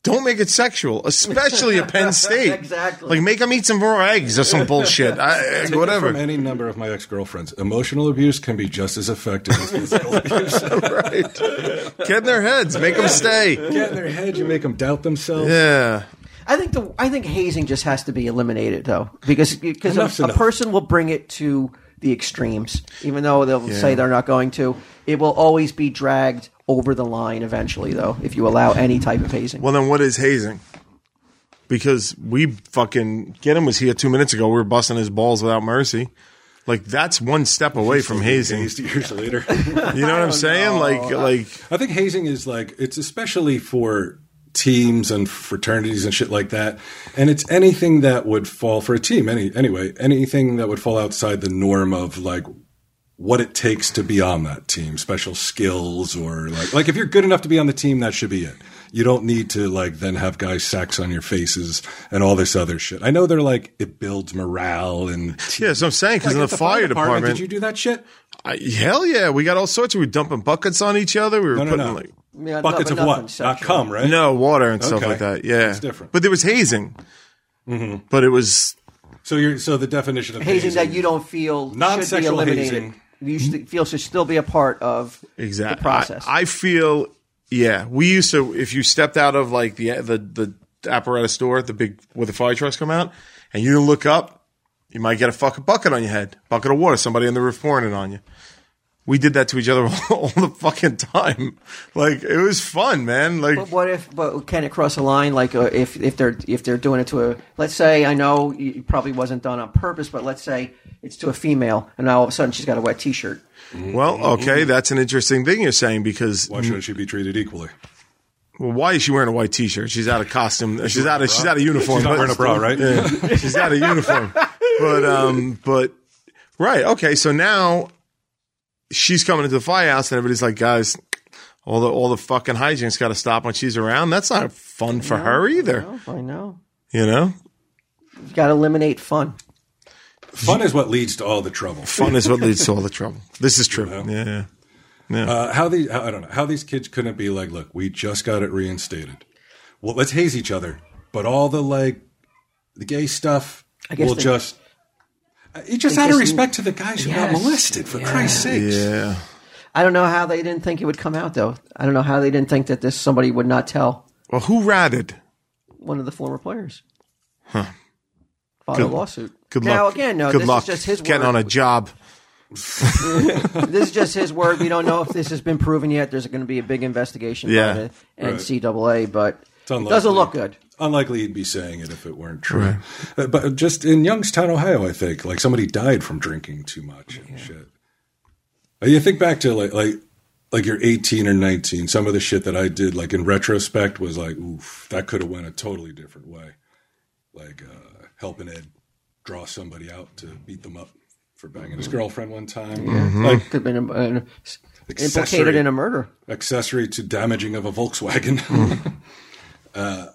A: don't make it sexual, especially at Penn State.
B: Exactly.
A: Like make them eat some raw eggs or some bullshit. I,
C: Take it
A: whatever.
C: From any number of my ex girlfriends, emotional abuse can be just as effective as physical abuse.
A: right. Get in their heads. Make them stay.
C: Get in their head, you make them doubt themselves.
A: Yeah.
B: I think the I think hazing just has to be eliminated though, because because
C: Enough's
B: a, a
C: enough.
B: person will bring it to the extremes, even though they'll say they're not going to. It will always be dragged over the line eventually, though, if you allow any type of hazing.
A: Well, then what is hazing? Because we fucking Get him was here two minutes ago. We were busting his balls without mercy. Like that's one step away from hazing.
C: Hazed years later.
A: You know what I'm saying? Like, like
C: I think hazing is like, it's especially for teams and fraternities and shit like that. And it's anything that would fall for a team, any, anyway, anything that would fall outside the norm of like, what it takes to be on that team, special skills or like like if you're good enough to be on the team, that should be it. You don't need to like then have guys sacks on your faces and all this other shit. I know they're like it builds morale and
A: yeah. So I'm saying because
C: Like,
A: in the,
C: at
A: fire department,
C: did you do that shit?
A: I, hell yeah, we got all sorts. We were dumping buckets on each other. We were
C: No, no,
A: putting
C: no.
A: like
B: Yeah,
C: Buckets
B: but
C: of
B: nothing
C: what? Not
B: sexual.
C: cum, right?
A: No, water and stuff
C: Okay.
A: like that. Yeah.
C: That's different. Mm-hmm.
A: But there was hazing. But it was
C: So you're so the definition of
B: hazing that
C: hazing-
B: you don't feel should be
C: Non-sexual
B: eliminated.
C: hazing.
B: You should, feel should still be a part of
A: exactly
B: the process.
A: I, I feel yeah. We used to if you stepped out of like the the the apparatus store, the big where the fire trucks come out, and you didn't look up, you might get a fucking bucket on your head, bucket of water, somebody on the roof pouring it on you. We did that to each other all the fucking time. Like it was fun, man. Like
B: But what if? But can it cross a line? Like uh, if if they're if they're doing it to a let's say I know it probably wasn't done on purpose, but let's say it's to a female, and now all of a sudden she's got a wet T-shirt.
A: Well, okay, that's an interesting thing you're saying because
C: Why shouldn't she be treated equally?
A: well, why is she wearing a white T-shirt? She's out of costume. She's out of she's out of uniform.
C: She's not
A: but-
C: wearing a bra, right?
A: Yeah, she's out of uniform. But um, but right, okay. So now she's coming into the firehouse, and everybody's like, guys, all the all the fucking hijinks got to stop when she's around. That's not fun for her either,
B: Oh, I know.
A: you know.
B: You got to eliminate fun.
C: Fun is what leads to all the trouble.
A: Fun is what leads to all the trouble. This is true. Yeah, yeah.
C: Uh, how these I don't know how these kids couldn't be like, look, we just got it reinstated. Well, let's haze each other, but all the like the gay stuff
B: I guess
C: will
B: they-
C: just. Uh, It just out of
B: just-
C: respect to the guys who got
B: Yes.
C: molested, for Christ's sakes.
A: yeah.
B: I don't know how they didn't think it would come out though. I don't know how they didn't think that this somebody would not tell
A: Well, who ratted?
B: one of the former players. Huh. Filed a lawsuit.
A: Good
B: now,
A: luck.
B: again, no,
A: Good
B: this
A: luck
B: is just his
A: getting
B: word.
A: on a job.
B: this is just his word. We don't know if this has been proven yet. There's going to be a big investigation
A: Yeah.
B: by the NCAA, but it
C: unlikely.
B: doesn't look good.
C: Unlikely he'd be saying it if it weren't true. Uh, but just in Youngstown, Ohio, I think like somebody died from drinking too much and shit. Uh, You think back to like like like you're 18 or 19. Some of the shit that I did, like in retrospect, was like, oof, that could have went a totally different way. Like uh, helping Ed draw somebody out to beat them up for banging his girlfriend one time. Like
B: Could have been uh, implicated
C: Mm. Accessory.
B: in a murder.
C: accessory to damaging of a Volkswagen.
B: Mm-hmm.
C: uh,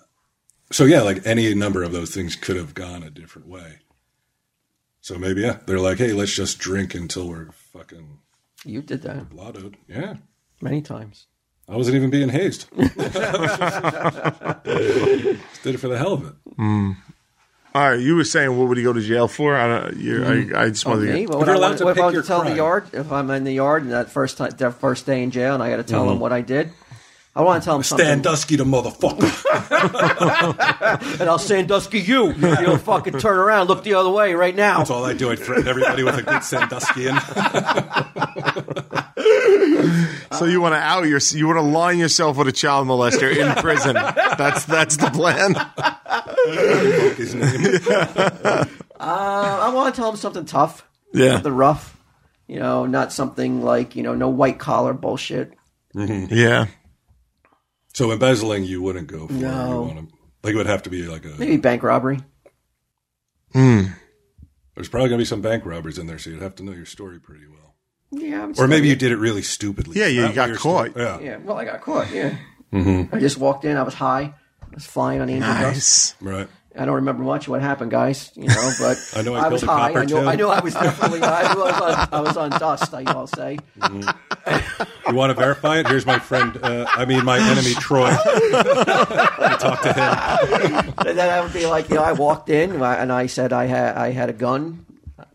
C: so yeah, like any number of those things could have gone a different way. So maybe yeah, they're like, hey, let's just drink until we're fucking
B: You did that
C: blottoed. Yeah,
B: many times.
C: I wasn't even being hazed. Just did it for the hell of it.
A: All right, you were saying what would he go to jail for? I don't. You, I, I just wanted to
B: Hmm. Oh, Me?
A: get.
B: What would
C: Oh,
B: I
C: you're allowed
B: want-
C: to
B: what if
C: pick
B: I was
C: your
B: to tell the
C: crime.
B: yard if I'm in the yard and that first time, that first day in jail, and I got to
C: Mm-hmm.
B: tell them what I did. I want to tell them something,
C: Sandusky the motherfucker.
B: and I'll Sandusky you. You don't fucking turn around, look the other way right now.
C: That's all I do. I threaten everybody with a good Sanduskian.
A: So you want to out your, you want to line yourself with a child molester in prison. That's that's the plan.
C: His name.
B: I want to tell them something tough.
A: Yeah.
B: something rough. You know, not something like you know, no white collar bullshit.
A: Yeah,
C: So embezzling, you wouldn't go for. it. You
B: No.
C: wanna- like it would have to be like a.
B: Maybe bank robbery.
C: There's probably going to be some bank robbers in there, so you'd have to know your story pretty well.
B: Yeah, I'm
C: Or maybe you did it really stupidly.
A: Yeah, you
C: That
A: got
C: weird
A: caught.
C: stuff. Yeah.
B: Yeah, well, I got caught. Yeah,
C: Mm-hmm.
B: I just walked in. I was high. I was flying on angel dust.
A: nice.
C: Right.
B: I don't remember much of what happened, guys. You know, but
C: I know I
B: was
C: killed a
B: high.
C: cop or
B: I know.
C: two.
B: I know. I was definitely. high. I was on, I was on dust. I will say.
C: You want to verify it? Here's my friend, uh, I mean, my enemy, Troy.
B: And then I would be like, you know, I walked in and I- and I said I had I had a gun,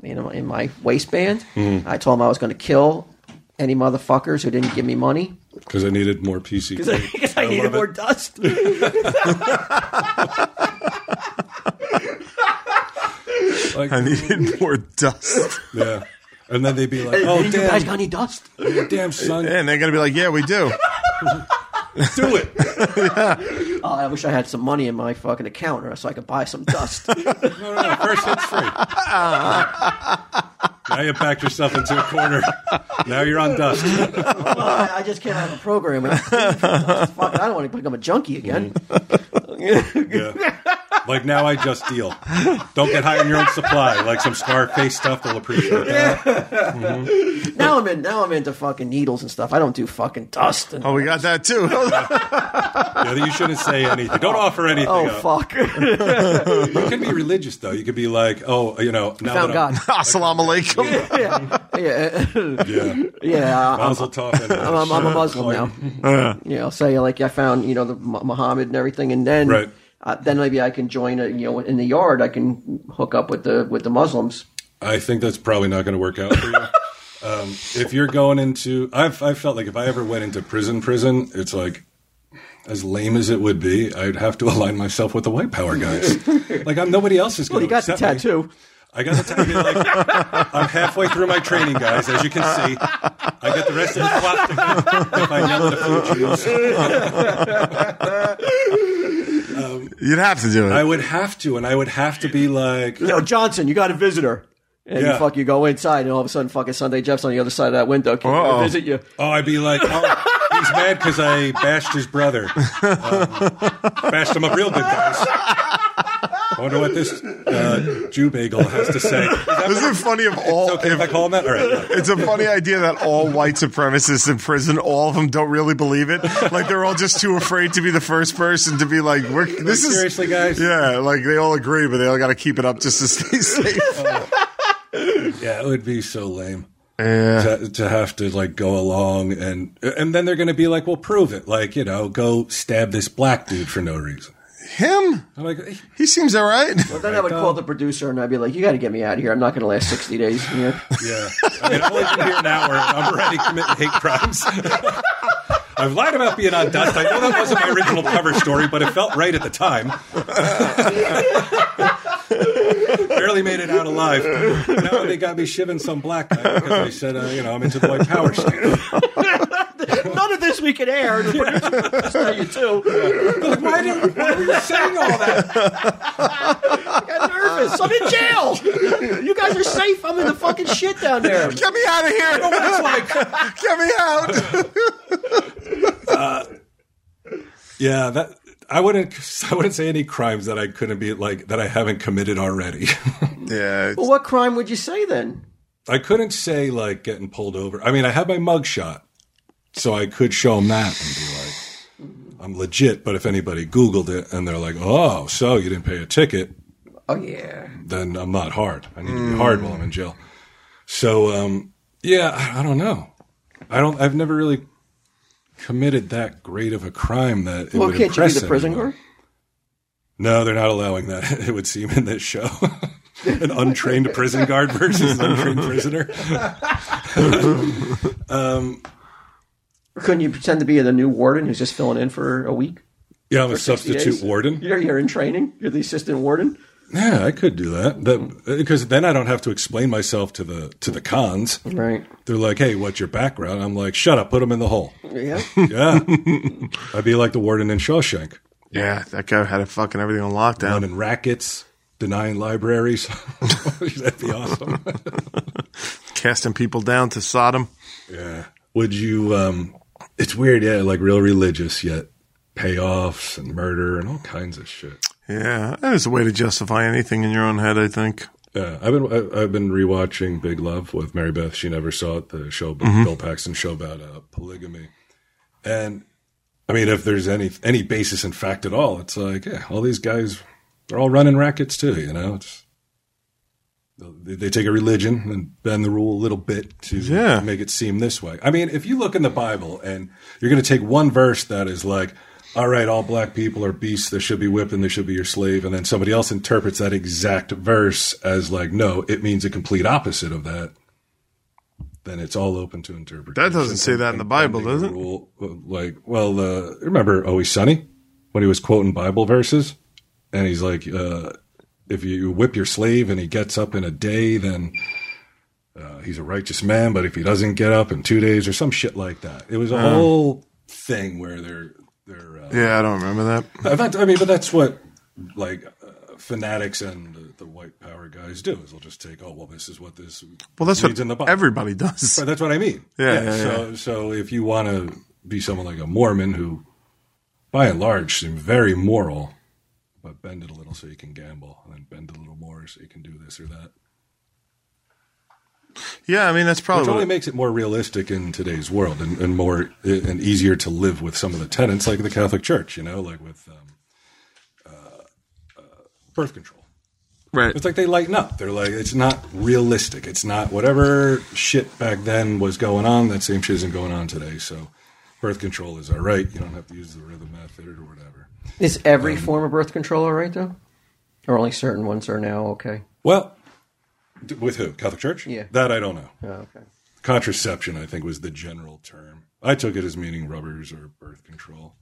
B: you know, in my waistband.
C: Mm-hmm.
B: I told him I was going to kill any motherfuckers who didn't give me money.
C: Because I needed more PC.
B: because I, needed
C: love it.
B: more dust.
C: Like,
A: I needed more dust.
C: yeah. And then they'd be like, oh,
B: you guys got
C: damn,
B: any dust?
C: damn, son,
A: And they're gonna be like, yeah, we do.
C: do it.
B: Oh, I wish I had some money in my fucking account or so I could buy some dust.
C: No, no, no. First, it's free. Now you backed yourself into a corner. Now you're on dust.
B: I, I just came out of a
C: Mm-hmm.
B: program. And I'm clean from dust. Fuck, I don't want to become a junkie again.
C: Yeah. Like now, I just deal. Don't get high on your own supply. Like some Scarface stuff, they'll appreciate that.
B: Now I'm in. Now I'm into fucking needles and stuff. I don't do fucking dust. And,
A: Oh,
B: oh,
A: we got that too.
C: Yeah, you shouldn't say anything. Don't offer anything.
A: Oh,
C: up.
B: oh, fuck.
C: You can be religious though. You could be like, oh, you know, now
B: Found
C: that I'm-
B: God.
A: Assalamu alaikum.
B: yeah, yeah,
C: Yeah,
B: yeah. I'm,
C: Mazel tov.
B: I'm, I'm, a Muslim now. You know, say like I found you know the Mu- Muhammad and everything, and then
C: Right.
B: uh, then maybe I can join. A, you know, in the yard, I can hook up with the with the Muslims.
C: I think that's probably not going to work out for you. um, if you're going into, I've I felt like if I ever went into prison, prison, it's like as lame as it would be, I'd have to align myself with the white power guys. like I'm nobody else is
B: Well, you
C: going to
B: got the
C: accept me.
B: tattoo.
C: I got the tattoo. Like, I'm halfway through my training, guys. As you can see, I got the rest of the plot to go to find out the future.
A: You'd have to do
C: I
A: it.
C: would have to, and I would have to be like,
B: You know, Johnson, you got a visitor. And
C: Yeah.
B: you fuck, you go inside, and all of a sudden, fucking Sunday Jeff's on the other side of that window. Can
A: Uh-oh.
B: to visit you?
C: Oh, I'd be like, oh, he's mad because I bashed his brother. Um, bashed him up real good, guys. I wonder what this uh, Jew bagel has to say. Is that
A: Isn't it funny of all?
C: okay if I
A: If,
C: call him that? All right.
A: it's a funny idea that all white supremacists in prison, all of them don't really believe it. Like they're all just too afraid to be the first person to be like, "We're this is
C: Seriously, guys?
A: Yeah, like they all agree, but they all got to keep it up just to stay safe.
C: Yeah, it would be so lame.
A: Yeah.
C: to, to have to like go along and and then they're going to be like, well, prove it. Like, you know, go stab this black dude for no reason.
A: Him?
C: I'm like, eh,
A: He seems all right.
B: Then I would call the producer, and I'd be like, "You got to get me out of here. I'm not going to last sixty days in here."
C: yeah. I mean, I've only been here an hour and I'm already committing hate crimes. I've lied about being on dust. I know that wasn't my original cover story, but it felt right at the time. Barely made it out alive. Now they got me shivving some black guy because they said, uh, you know, I'm into the white power shit.
B: None of this we can air. The producer will tell you too.
C: Like, why, did, why were you saying all that?
B: I got nervous. I'm in jail. You guys are safe. I'm in the fucking shit down there.
A: Get me out of here!
C: It's like,
A: Get me out!
C: Yeah, that I wouldn't. I wouldn't say any crimes that I couldn't be like that I haven't committed already.
A: Yeah.
B: Well, what crime would you say then?
C: I couldn't say like getting pulled over. I mean, I had my mug shot, so I could show them that and be like, "I'm legit." But if anybody Googled it and they're like, "Oh, so you didn't pay a ticket,"
B: Oh yeah.
C: then I'm not hard. I need to be hard while I'm in jail. So um, yeah, I, I don't know. I don't. I've never really committed that great of a crime that it
B: Well,
C: would
B: can't you be
C: impress
B: the prison
C: anyone.
B: guard?
C: No, they're not allowing that. It would seem in this show. An untrained prison guard versus an untrained prisoner.
B: Couldn't you pretend to be the new warden who's just filling in for a week?
C: Yeah, I'm a
B: 60 days?
C: substitute warden.
B: You're, you're in training. You're the assistant warden.
C: Yeah, I could do that. That because then I don't have to explain myself to the to the cons.
B: Right.
C: They're like, "Hey, what's your background?" I'm like, "Shut up, put him in the hole."
B: Yeah.
C: Yeah, I'd be like the warden in Shawshank,
A: Yeah, that guy had a fucking everything on lockdown.
C: running rackets, denying libraries. That'd be awesome.
A: Casting people down to Sodom.
C: Yeah. Would you? Um, it's weird, yeah. Like real religious, yet payoffs and murder and all kinds of shit.
A: Yeah, that is a way to justify anything in your own head, I think.
C: Yeah, I've been I- I've been rewatching Big Love with Mary Beth. She never saw it. The show, Bill Paxton show about uh, polygamy, and I mean, if there's any any basis in fact at all, it's like yeah, all these guys they're all running rackets too. You know, it's, they, they take a religion and bend the rule a little bit to
A: Yeah.
C: make it seem this way. I mean, if you look in the Bible and you're going to take one verse that is like. All right, all black people are beasts. They should be whipped and they should be your slave. And then somebody else interprets that exact verse as like, no, it means a complete opposite of that. Then it's all open to interpretation.
A: That doesn't say that in the Bible, does it?
C: Rule, uh, like, well, uh, remember Always Sunny when he was quoting Bible verses, and he's like, uh, "If you whip your slave and he gets up in a day, then uh, he's a righteous man. But if he doesn't get up in two days or some shit like that, it was a
A: Uh-huh.
C: whole thing where they're they're. Uh,
A: Yeah, I don't remember that.
C: that- I mean, but that's what like uh, fanatics and the, the white power guys do is they'll just take, oh well, this is what this
A: Well, that's
C: means
A: what
C: in the Bible.
A: everybody does.
C: But that's what I mean.
A: Yeah, yeah,
C: so so if you want to be someone like a Mormon who, by and large, seem very moral, but bend it a little so you can gamble, and then bend it a little more so you can do this or that.
A: Yeah, I mean that's probably
C: Which
A: what
C: only
A: it-
C: makes it more realistic in today's world and, and more and easier to live with some of the tenets, like the Catholic Church, you know, like with um, uh, uh, birth control.
A: right.
C: It's like they lighten up. They're like, it's not realistic. It's not whatever shit back then was going on. That same shit isn't going on today. So, birth control is all right. You don't have to use the rhythm method or whatever.
B: Is every form of birth control all right though? Or only certain ones are now okay?
C: Well, d- with who? Catholic Church?
B: Yeah.
C: That I don't know.
B: Oh, okay.
C: Contraception, I think, was the general term. I took it as meaning rubbers or birth control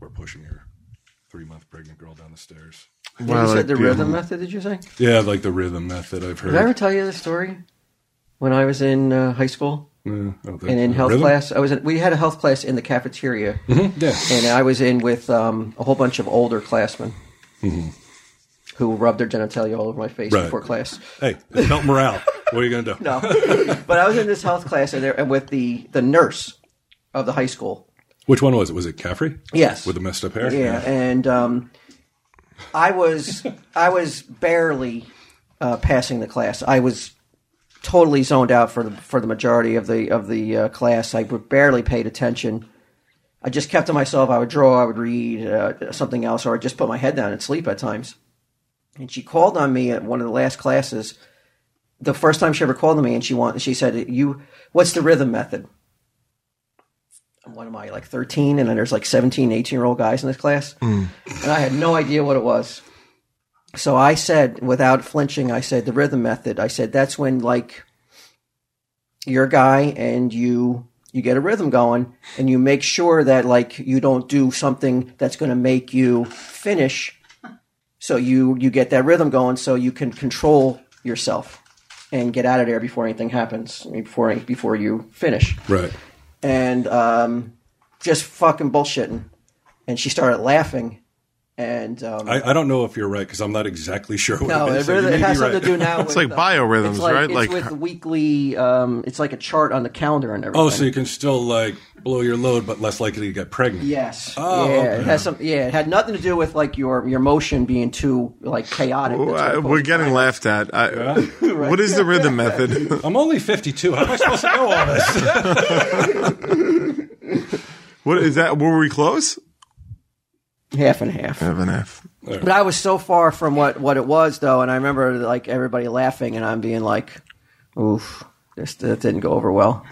C: or pushing your three month pregnant girl down the stairs.
B: you said the
A: like,
B: rhythm method, did you say?
C: Yeah, like the rhythm method I've heard.
B: Did I ever tell you the story? When I was in uh, high school
C: Yeah, I don't think
B: and in
C: so.
B: health
C: Rhythm? Mm-hmm.
B: class, I was in, we had a health class in the cafeteria,
C: Yeah.
B: and I was in with um, a whole bunch of older classmen who rubbed their genitalia all over my face
C: Mm-hmm. Right.
B: before class.
C: Hey, it helped morale. What are you going to do?
B: No, but I was in this health class and, there, and with the the nurse of the high school.
C: Which one was it? Was it Caffrey?
B: Yes,
C: With the messed up hair?
B: yeah, and um, I was I was barely uh, passing the class. I was totally zoned out for the for the majority of the of the uh, class. I barely paid attention. I just kept to myself. I would draw. I would read uh, something else, or I'd just put my head down and sleep at times. And she called on me at one of the last classes. The first time she ever called on me, and she wanted, she said, "You, what's the rhythm method?" what am I, like 13? And then there's like 17, 18 year old guys in this class. And I had no idea what it was. So I said, without flinching, I said, the rhythm method. I said, that's when like you're a guy and you, you get a rhythm going and you make sure that like you don't do something that's going to make you finish. So you, you get that rhythm going so you can control yourself and get out of there before anything happens, before, before you finish
C: Right.
B: and um, just fucking bullshitting. And she started laughing. And um,
C: I, I don't know if you're right because I'm not exactly sure what
B: no,
C: it
B: it,
C: is. so
B: really-
C: you
B: it
C: may
B: has
C: be
B: something
C: right.
B: to do now.
A: It's
B: with,
A: like
B: uh,
A: biorhythms,
B: it's like,
A: right?
B: It's
A: Like
B: with weekly. Um, it's like a chart on the calendar and everything.
C: Oh, so you can still like blow your load, but less likely to get pregnant.
B: yes.
C: Oh,
B: yeah,
C: okay.
B: it has some. Yeah, it had nothing to do with like your your motion being too like chaotic. That's what
A: I-
B: it
A: we're
B: was.
A: getting laughed at. I, What is the rhythm method?
C: I'm only 52. How am I supposed to know all this?
A: what is that? Were we close?
B: half and half.
A: Half and half.
B: But I was so far from what what it was though, and I remember like everybody laughing, and I'm being like, "Oof, this that didn't go over well."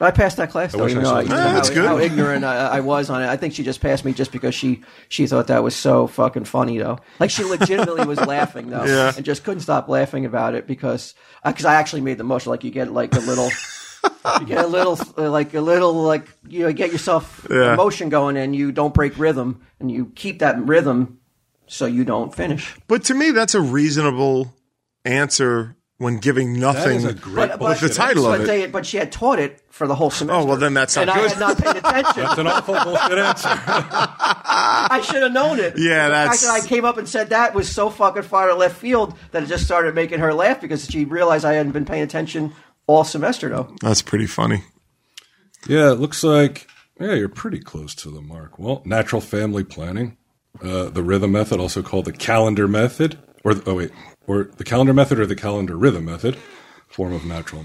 B: But I passed that class though,
C: wish
B: even
C: I
B: though I,
C: said
B: even
C: that.
A: Ah,
B: how,
A: that's good.
B: how ignorant I, I was on it. I think she just passed me just because she she thought that was so fucking funny though. Like she legitimately was laughing though,
A: Yeah.
B: and just couldn't stop laughing about it because because I actually made the motion like you get like a little. You get a little, uh, like a little, like you know, get yourself
A: Yeah.
B: emotion going, and you don't break rhythm, and you keep that rhythm, so you don't finish.
A: But to me, that's a reasonable answer when giving
C: That
A: nothing.
C: is a great
B: But- but-
A: the
C: bullshit
A: title
B: but
A: of it.
B: They, but she had taught it for the whole semester.
A: oh well, then that's not
B: and I
A: good.
B: had not paid attention.
C: It's an awful bullshit answer.
B: I should have known it.
A: Yeah,
B: the
A: that's-
B: fact that I came up and said that was so fucking far to left field that it just started making her laugh because she realized I hadn't been paying attention all semester though.
A: that's pretty funny.
C: Yeah, it looks like, yeah, you're pretty close to the mark. Well, natural family planning, uh, the rhythm method, also called the calendar method, or, the, oh wait, or the calendar method or the calendar rhythm method, form of natural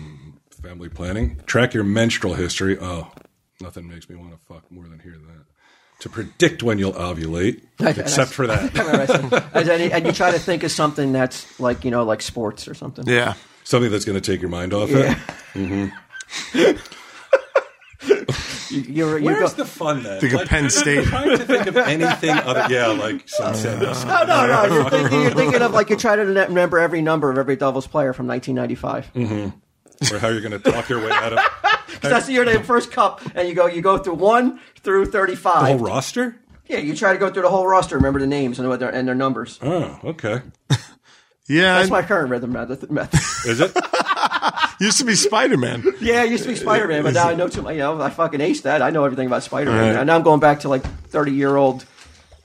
C: family planning. Track your menstrual history. Oh, nothing makes me want to fuck more than hear that. To predict when you'll ovulate, except for that.
B: and, then- and you try to think of something that's like you know like sports or something.
A: Yeah.
C: Something that's going to take your mind off it.
B: You, you're, you go,
C: Where's the fun then?
A: Think of Penn State.
C: trying to think of anything other. Yeah, like sunset.
B: no, Oh, no, no. You're thinking, you're thinking of like you try to remember every number of every Devils player from 1995.
C: Mm. or how you're going to talk your way out of
B: That's the year they first cup, and you go you go through one through
C: the whole
B: thirty-five.
C: roster.
B: yeah, you try to go through the whole roster, remember the names and what their and their numbers.
C: Oh, okay.
A: Yeah.
B: That's
A: I-
B: my current rhythm method. method.
C: Is it?
A: used to be Spider Man.
B: yeah, I used to be Spider Man, but now I know too much. You know, I fucking aced that. I know everything about Spider Man, and now I'm going back to like thirty-year-old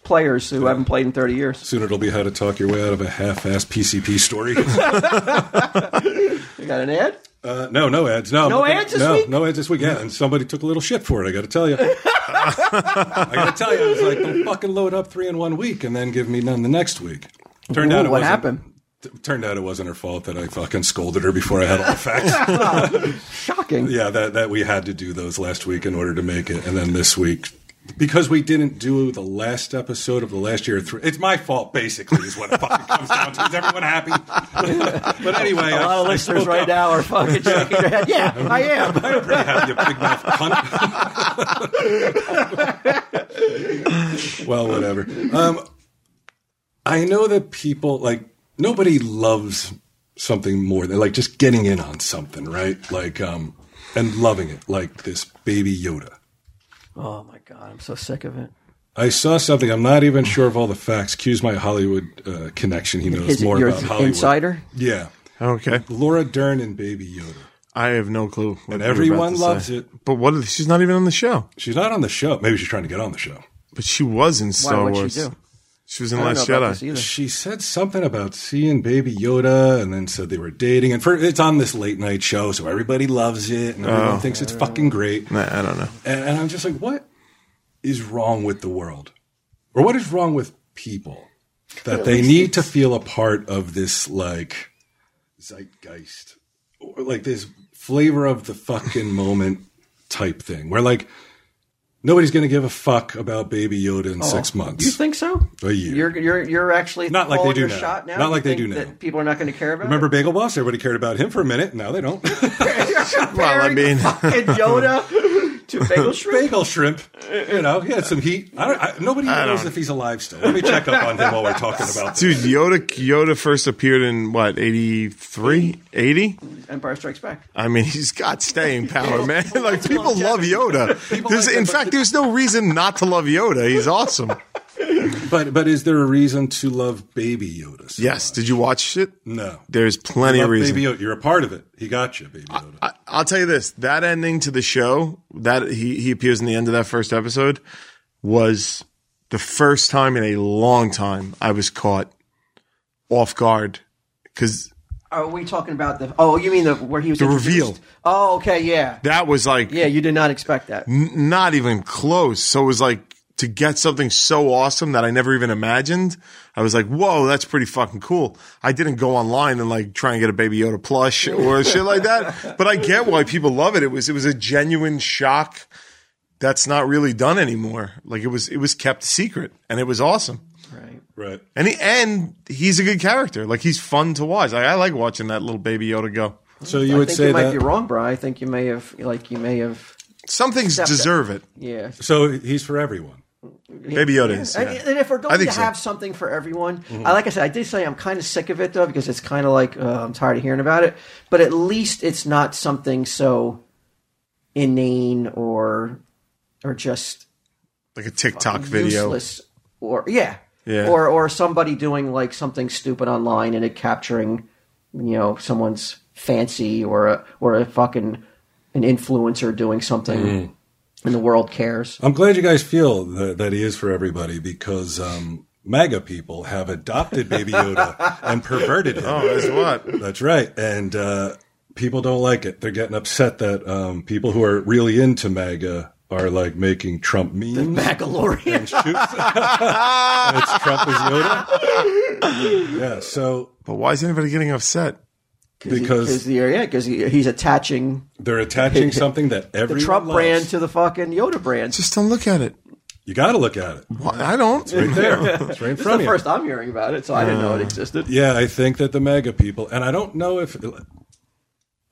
B: players who haven't played in thirty years.
C: Soon it'll be how to talk your way out of a half-assed PCP story.
B: You got an ad?
C: Uh, no, no ads. No,
B: No ads this
C: no,
B: week?
C: No ads this week. Yeah, and somebody took a little shit for it. I got to tell you. I gotta tell you, I was like, don't fucking load up three in one week and then give me none the next week. Turned out
B: Ooh,
C: it
B: what
C: wasn't,
B: happened?
C: t- Turned out it wasn't her fault that I fucking scolded her before I had all the facts.
B: Shocking.
C: yeah, that that we had to do those last week in order to make it, and then this week because we didn't do the last episode of the last year. Three, it's my fault, basically, is what it fucking comes down to. Is everyone happy? but anyway,
B: A lot of listeners right now are fucking shaking their head. Yeah, I am.
C: I'm pretty happy, you big mouth cunt. well, whatever. Um, I know that people like nobody loves something more than like just getting in on something, right? Like, um, and loving it, like this baby Yoda.
B: Oh my god, I'm so sick of it.
C: I saw something. I'm not even sure of all the facts. Cues my Hollywood uh, connection. He knows
B: Is it
C: more
B: your
C: about Hollywood.
B: insider?
C: Yeah,
A: Okay.
C: Laura Dern and Baby Yoda.
A: I have no clue. what
C: And
A: you're about
C: everyone
A: to
C: loves
A: say.
C: it.
A: But what? If, she's not even on the show.
C: She's not on the show. Maybe she's trying to get on the show.
A: But she was in Star
B: what'd she
A: Wars.
B: do?
A: She was in
B: I don't know
A: Last
B: about this
A: Jedi.
B: either.
C: She said something about seeing Baby Yoda, and then said they were dating. And for, it's on this late night show, so everybody loves it, and everyone thinks it's fucking great.
A: Nah, I don't know.
C: And, and I'm just like, what is wrong with the world, or what is wrong with people that they need to feel a part of this like zeitgeist, or like this flavor of the fucking moment type thing, where like nobody's gonna give a fuck about Baby Yoda in six
B: Oh,
C: months.
B: You think so?
C: A year.
B: You're you're you're actually
C: Not like they
B: calling
C: do
B: your
C: now.
B: Shot now.
C: Not
B: You
C: like they
B: think
C: do now.
B: that people are not going to care about.
C: Remember Bagel Boss? Everybody cared about him for a minute. Now they don't.
B: It?
A: Well, I mean-
B: fucking Yoda to Bagel Shrimp.
C: Bagel shrimp. You know, he had some heat. I don't, I, nobody knows if he's alive still. Let me check up on him while we're talking about this.
A: Dude, Yoda Yoda first appeared in what, 83? 80?
B: Empire Strikes Back.
A: I mean, he's got staying power, man. like people love Yoda. There's, in fact, there's no reason not to love Yoda. He's awesome.
C: But but is there a reason to love Baby Yoda? so
A: Yes.
C: much?
A: Did you watch it?
C: No.
A: There's plenty
C: Love
A: of reason.
C: Baby Yoda. You're a part of it. He got you, Baby Yoda.
A: I, I'll tell you this: that ending to the show that he he appears in the end of that first episode was the first time in a long time I was caught off guard because
B: Are we talking about the? Oh, you mean the where he was the
A: reveal.
B: Oh, okay, yeah,
A: that was like
B: yeah. You did not expect that.
A: n- not even close. So it was like to get something so awesome that I never even imagined. I was like, whoa, that's pretty fucking cool. I didn't go online and like try and get a Baby Yoda plush or shit like that. But I get why people love it. It was, it was a genuine shock. That's not really done anymore. Like it was, it was kept secret and it was awesome.
B: Right.
C: right.
A: And he, and he's a good character. Like he's fun to watch. Like I like watching that little Baby Yoda go.
C: So you
B: I
C: would
B: think
C: say
B: you might
C: that.
B: be wrong, Bri. I think you may have like you may have.
A: Some things
B: Accept it.
A: deserve it.
B: Yeah.
C: So he's for everyone.
A: Baby Yoda is.
B: And,
A: yeah.
B: and if we're
A: I
B: going
A: think
B: to
A: so. Mm-hmm.
B: have something for everyone, I, like I said, I did say I'm kind of sick of it though because it's kind of like uh, I'm tired of hearing about it. But at least it's not something so inane or or just
A: Like a TikTok video.
B: useless or yeah.
A: Yeah.
B: or or somebody doing like something stupid online and it capturing you know someone's fancy or a or a fucking an influencer doing something
A: Mm-hmm.
B: and the world cares.
C: I'm glad you guys feel that, that he is for everybody because um, MAGA people have adopted Baby Yoda and perverted him.
A: Oh, that's what.
C: That's right. And uh, people don't like it. They're getting upset that um, people who are really into MAGA are like making Trump memes.
B: Baccalaureate.
C: Shoots. it's Trump is Yoda. yeah. So
A: But why is anybody getting upset?
C: Because-
B: he, the, yeah, because he, he's attaching
C: they're attaching something that
B: the
C: every
B: Trump brand to the fucking Yoda brand.
A: Just don't look at it.
C: You got to look at it.
A: Why- I don't.
C: Right there. It's right in
B: This is
C: front
B: the
C: of you.
B: first I'm hearing about it, so I didn't know
C: Uh.
B: it existed.
C: Yeah, I think that the MAGA people, and I don't know if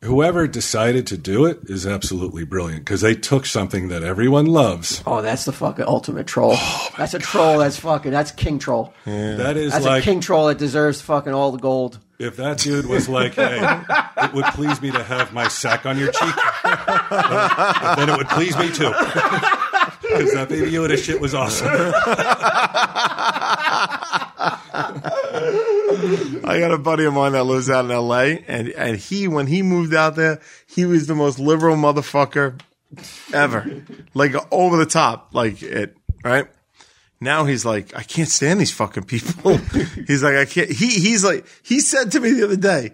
C: whoever decided to do it is absolutely brilliant because they took something that everyone loves.
B: Oh, that's the fucking ultimate troll.
C: Oh
B: that's a troll. That's fucking. That's king troll.
C: That is
B: That's
C: like
B: a king troll that deserves fucking all the gold.
C: If that dude was like, hey, it would please me to have my sack on your cheek, uh, then it would please me too. Because that Baby Yoda shit was awesome.
A: I got a buddy of mine that lives out in L.A. and and he when he moved out there, he was the most liberal motherfucker ever, like over the top, like it right. Now he's like, I can't stand these fucking people. he's like, I can't. He he's like, he said to me the other day,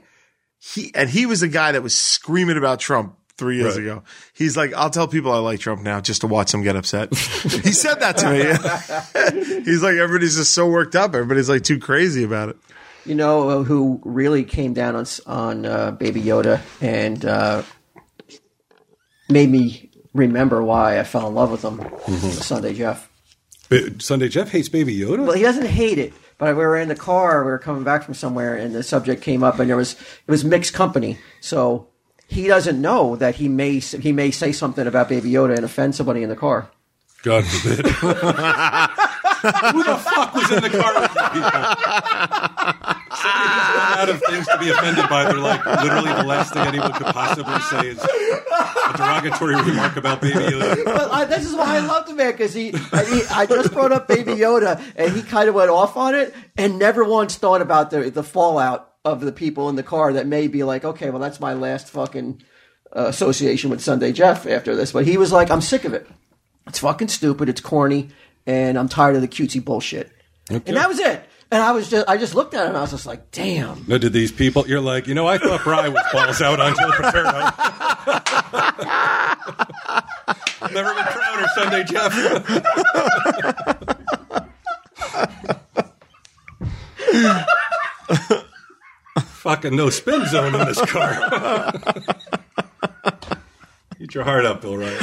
A: he and he was a guy that was screaming about Trump three years
C: Right.
A: ago. He's like, I'll tell people I like Trump now just to watch them get upset. he said that to me. He's like, everybody's just so worked up. Everybody's like too crazy about it.
B: You know uh, who really came down on s- on uh, Baby Yoda and uh, made me remember why I fell in love with him.
C: Mm-hmm.
B: Sunday Jeff.
C: Ba- Sunday Jeff hates Baby Yoda.
B: Well, he doesn't hate it, but we were in the car. We were coming back from somewhere, and the subject came up, and there was it was mixed company. So he doesn't know that he may s- he may say something about Baby Yoda and offend somebody in the car.
C: God forbid. Who the fuck was in the car? With me? Somebody just ran out of things to be offended by. They're like literally the last thing anyone could possibly say is a derogatory remark about Baby Yoda.
B: But I, this is why I love the man because he, and he. I just brought up Baby Yoda, and he kind of went off on it, and never once thought about the the fallout of the people in the car that may be like, okay, well, that's my last fucking uh, association with Sunday Jeff after this. But he was like, I'm sick of it. It's fucking stupid. It's corny, and I'm tired of the cutesy bullshit. And that was it. And I was just, I just looked at him, and I was just like, damn.
C: Now, did these people? You're like, you know, I thought Bry was balls out on Joe Paterno. Never been prouder, Sunday Jeff. Fucking no spin zone in this car. Eat your heart up, Bill Ryan.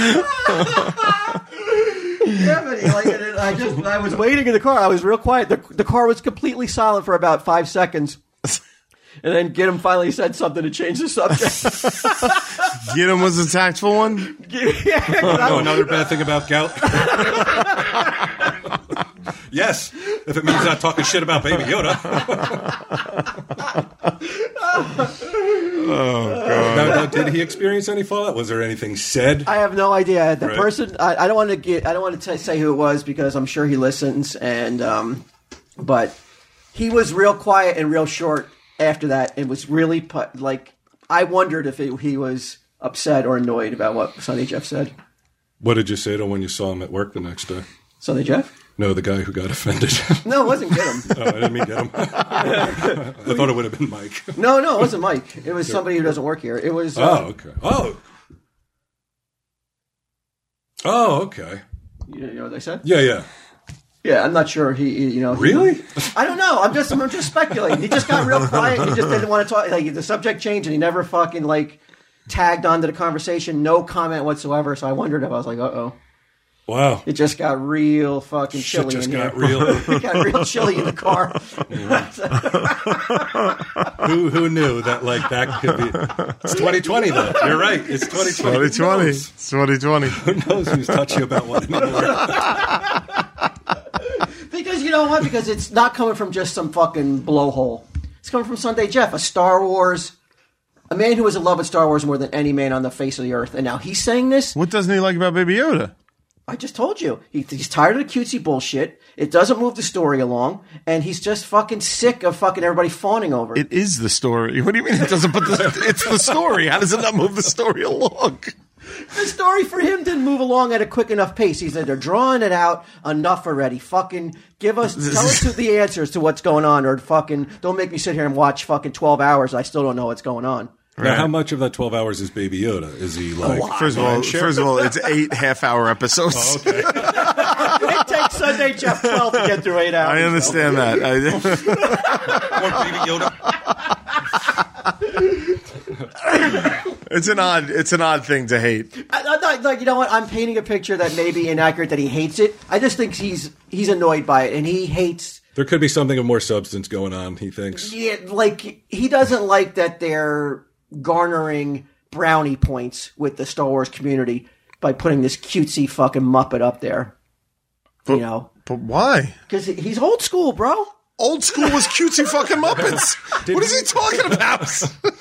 B: Yeah, but he, like, and then I just, I was waiting in the car. I was real quiet. The, the car was completely silent for about five seconds. And then Gidim finally said something to change the subject.
A: Get him was a tactful one.
B: Yeah, 'cause I
C: Oh,
B: was-
C: another bad thing about gout. yes, if it means not talking shit about Baby Yoda.
A: Oh god.
C: Now, now, did he experience any fallout? Was there anything said?
B: I have no idea. The
C: Right.
B: person, I, I don't want to get, I don't want to say who it was because I'm sure he listens. And, um, but he was real quiet and real short after that and was really, pu- like, I wondered if it, he was upset or annoyed about what Sonny Jeff said.
C: what did you say to him when you saw him at work the next day?
B: Sonny Jeff?
C: No, the guy who got offended.
B: No, it wasn't Gidim.
C: oh, I didn't mean get him. I thought it would have been Mike.
B: No, no, it wasn't Mike. It was somebody who doesn't work here. It was. Uh,
C: Oh, okay. Oh. Oh, okay.
B: You know what they said?
C: Yeah, yeah.
B: Yeah, I'm not sure. He, he- you know, he-
C: Really?
B: I don't know. I'm just, I'm just speculating. He just got real quiet. He just didn't want to talk. Like the subject changed, and he never fucking like tagged onto the conversation. No comment whatsoever. So I wondered if I was like, uh oh,
C: Wow.
B: it just got real fucking
C: Shit
B: chilly.
C: just
B: in
C: got
B: here.
C: real.
B: it got real chilly in the car.
C: who who knew that like that could be? It's 2020 though. You're right. It's 2020. Who
A: 2020.
C: knows?
A: It's 2020.
C: Who knows who's touchy about what anymore?
B: Because you know what? Because it's not coming from just some fucking blowhole. It's coming from Sunday Jeff, a Star Wars, a man who was in love with Star Wars more than any man on the face of the earth. And now he's saying this.
A: What doesn't he like about Baby Yoda?
B: I just told you. He, he's tired of the cutesy bullshit. It doesn't move the story along. And he's just fucking sick of fucking everybody fawning over it.
A: It is the story. What do you mean it doesn't? But the, it's the story. How does it not move the story along?
B: The story for him didn't move along at a quick enough pace. He said, they're drawing it out enough already. Fucking give us, tell us who the answers to what's going on or fucking don't make me sit here and watch fucking 12 hours. I still don't know what's going on.
C: Now, how much of that 12 hours is Baby Yoda? Is he like?
A: First of all, first of all, it's eight half-hour episodes.
C: Okay.
B: It takes Sunday Jeff 12 to get through eight hours.
A: I understand that. I,
C: Or Baby Yoda.
A: it's an odd. It's an odd thing to hate.
B: I, am not, like, you know what? I'm painting a picture that may be inaccurate that he hates it. I just think he's he's annoyed by it and he hates
C: There could be something of more substance going on. He thinks.
B: it. Like, he doesn't like that they're garnering brownie points with the Star Wars community by putting this cutesy fucking Muppet up there. You know?
A: But why?
B: Because he's old school, bro.
A: Old school was cutesy fucking Muppets. what is he talking about? the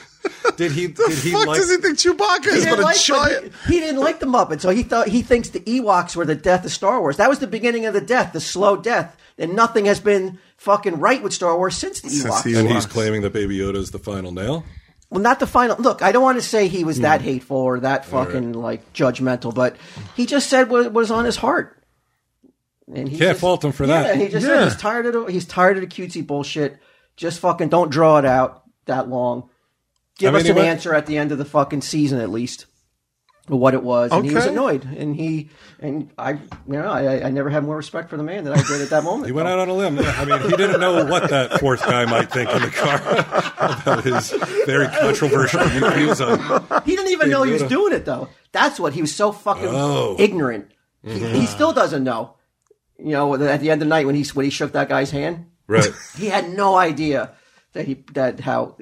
C: Did he? Did he
A: fuck
C: like?
A: does he think Chewbacca
B: He
A: is?
B: didn't,
A: But a
B: like
A: giant.
B: the, he didn't like the Muppet, so he thought he thinks the Ewoks were the death of Star Wars. That was the beginning of the death, the slow death, and nothing has been fucking right with Star Wars since the Ewoks.
A: the-
C: and he's
A: Ewoks.
C: claiming that Baby Yoda is the final nail.
B: well, not the final. Look, I don't want to say he was
A: Hmm.
B: that hateful or that fucking like judgmental, but he just said what was on his heart. And he
C: Can't
B: just-
C: fault him for
B: Yeah,
C: that.
B: he just
A: Yeah.
B: said he's tired of the, he's tired of the cutesy bullshit. Just fucking don't draw it out that long. Give
C: mean,
B: us
C: he
B: an
C: went-
B: answer at the end of the fucking season, at least. what it was, and he was
A: Okay.
B: annoyed. And he and I, you know, I, I never had more respect for the man than I did at that moment.
C: He went out on a limb. I mean, he didn't know what that fourth guy might think in the car about his very controversial views on.
B: He didn't even know he was
C: Yoda.
B: doing it though. That's what he was so fucking
C: Oh. Mm-hmm.
B: ignorant. He, he still doesn't know. You know, at the end of the night when he when he shook that guy's hand,
C: Right.
B: he had no idea that he that how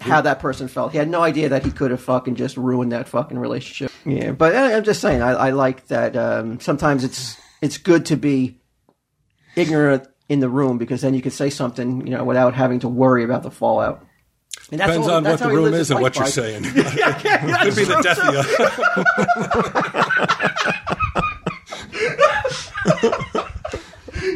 B: how that person felt. He had no idea that he could have fucking just ruined that fucking relationship. Yeah, but I, I'm just saying, I, I like that. Um, sometimes it's it's good to be ignorant in the room because then you can say something, you know, without having to worry about the fallout. And that's
C: Depends
B: all-
C: on
B: that's
C: what
B: how
C: the
B: he
C: room
B: lives
C: is
B: his life
C: and what you're
B: by.
C: saying.
B: Yeah, yeah, yeah,
C: Could be the
B: true,
C: death
B: true.
C: of you.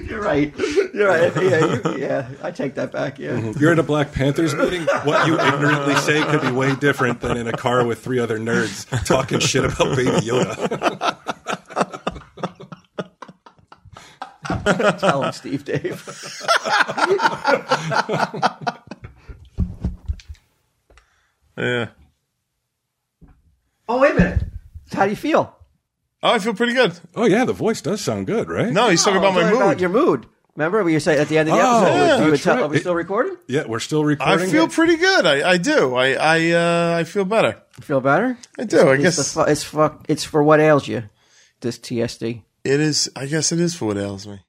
B: You're right. You're right. Yeah, you, yeah. I take that back. Yeah.
C: You're at a Black Panthers meeting. What you ignorantly say could be way different than in a car with three other nerds talking shit about Baby Yoda.
B: Tell him, Steve, Dave.
A: Yeah.
B: Oh, wait a minute. How do you feel?
A: Oh, I feel pretty good.
C: Oh yeah, the voice does sound good, right?
A: No, he's
B: Oh,
A: talking about my mood.
B: your mood. Remember, we say at the end of the
C: Oh,
B: episode,
C: yeah,
B: you would
C: that's
B: tell,
C: right.
B: are we still recording?
C: Yeah, we're still
A: I
C: recording.
A: feel
C: it.
A: pretty good. I, I do. I I uh, I feel better.
B: Feel better?
A: I do. I
B: It's,
A: guess
B: the fu- it's fuck. It's for what ails you. This TSD.
A: it is. I guess it is for what ails me.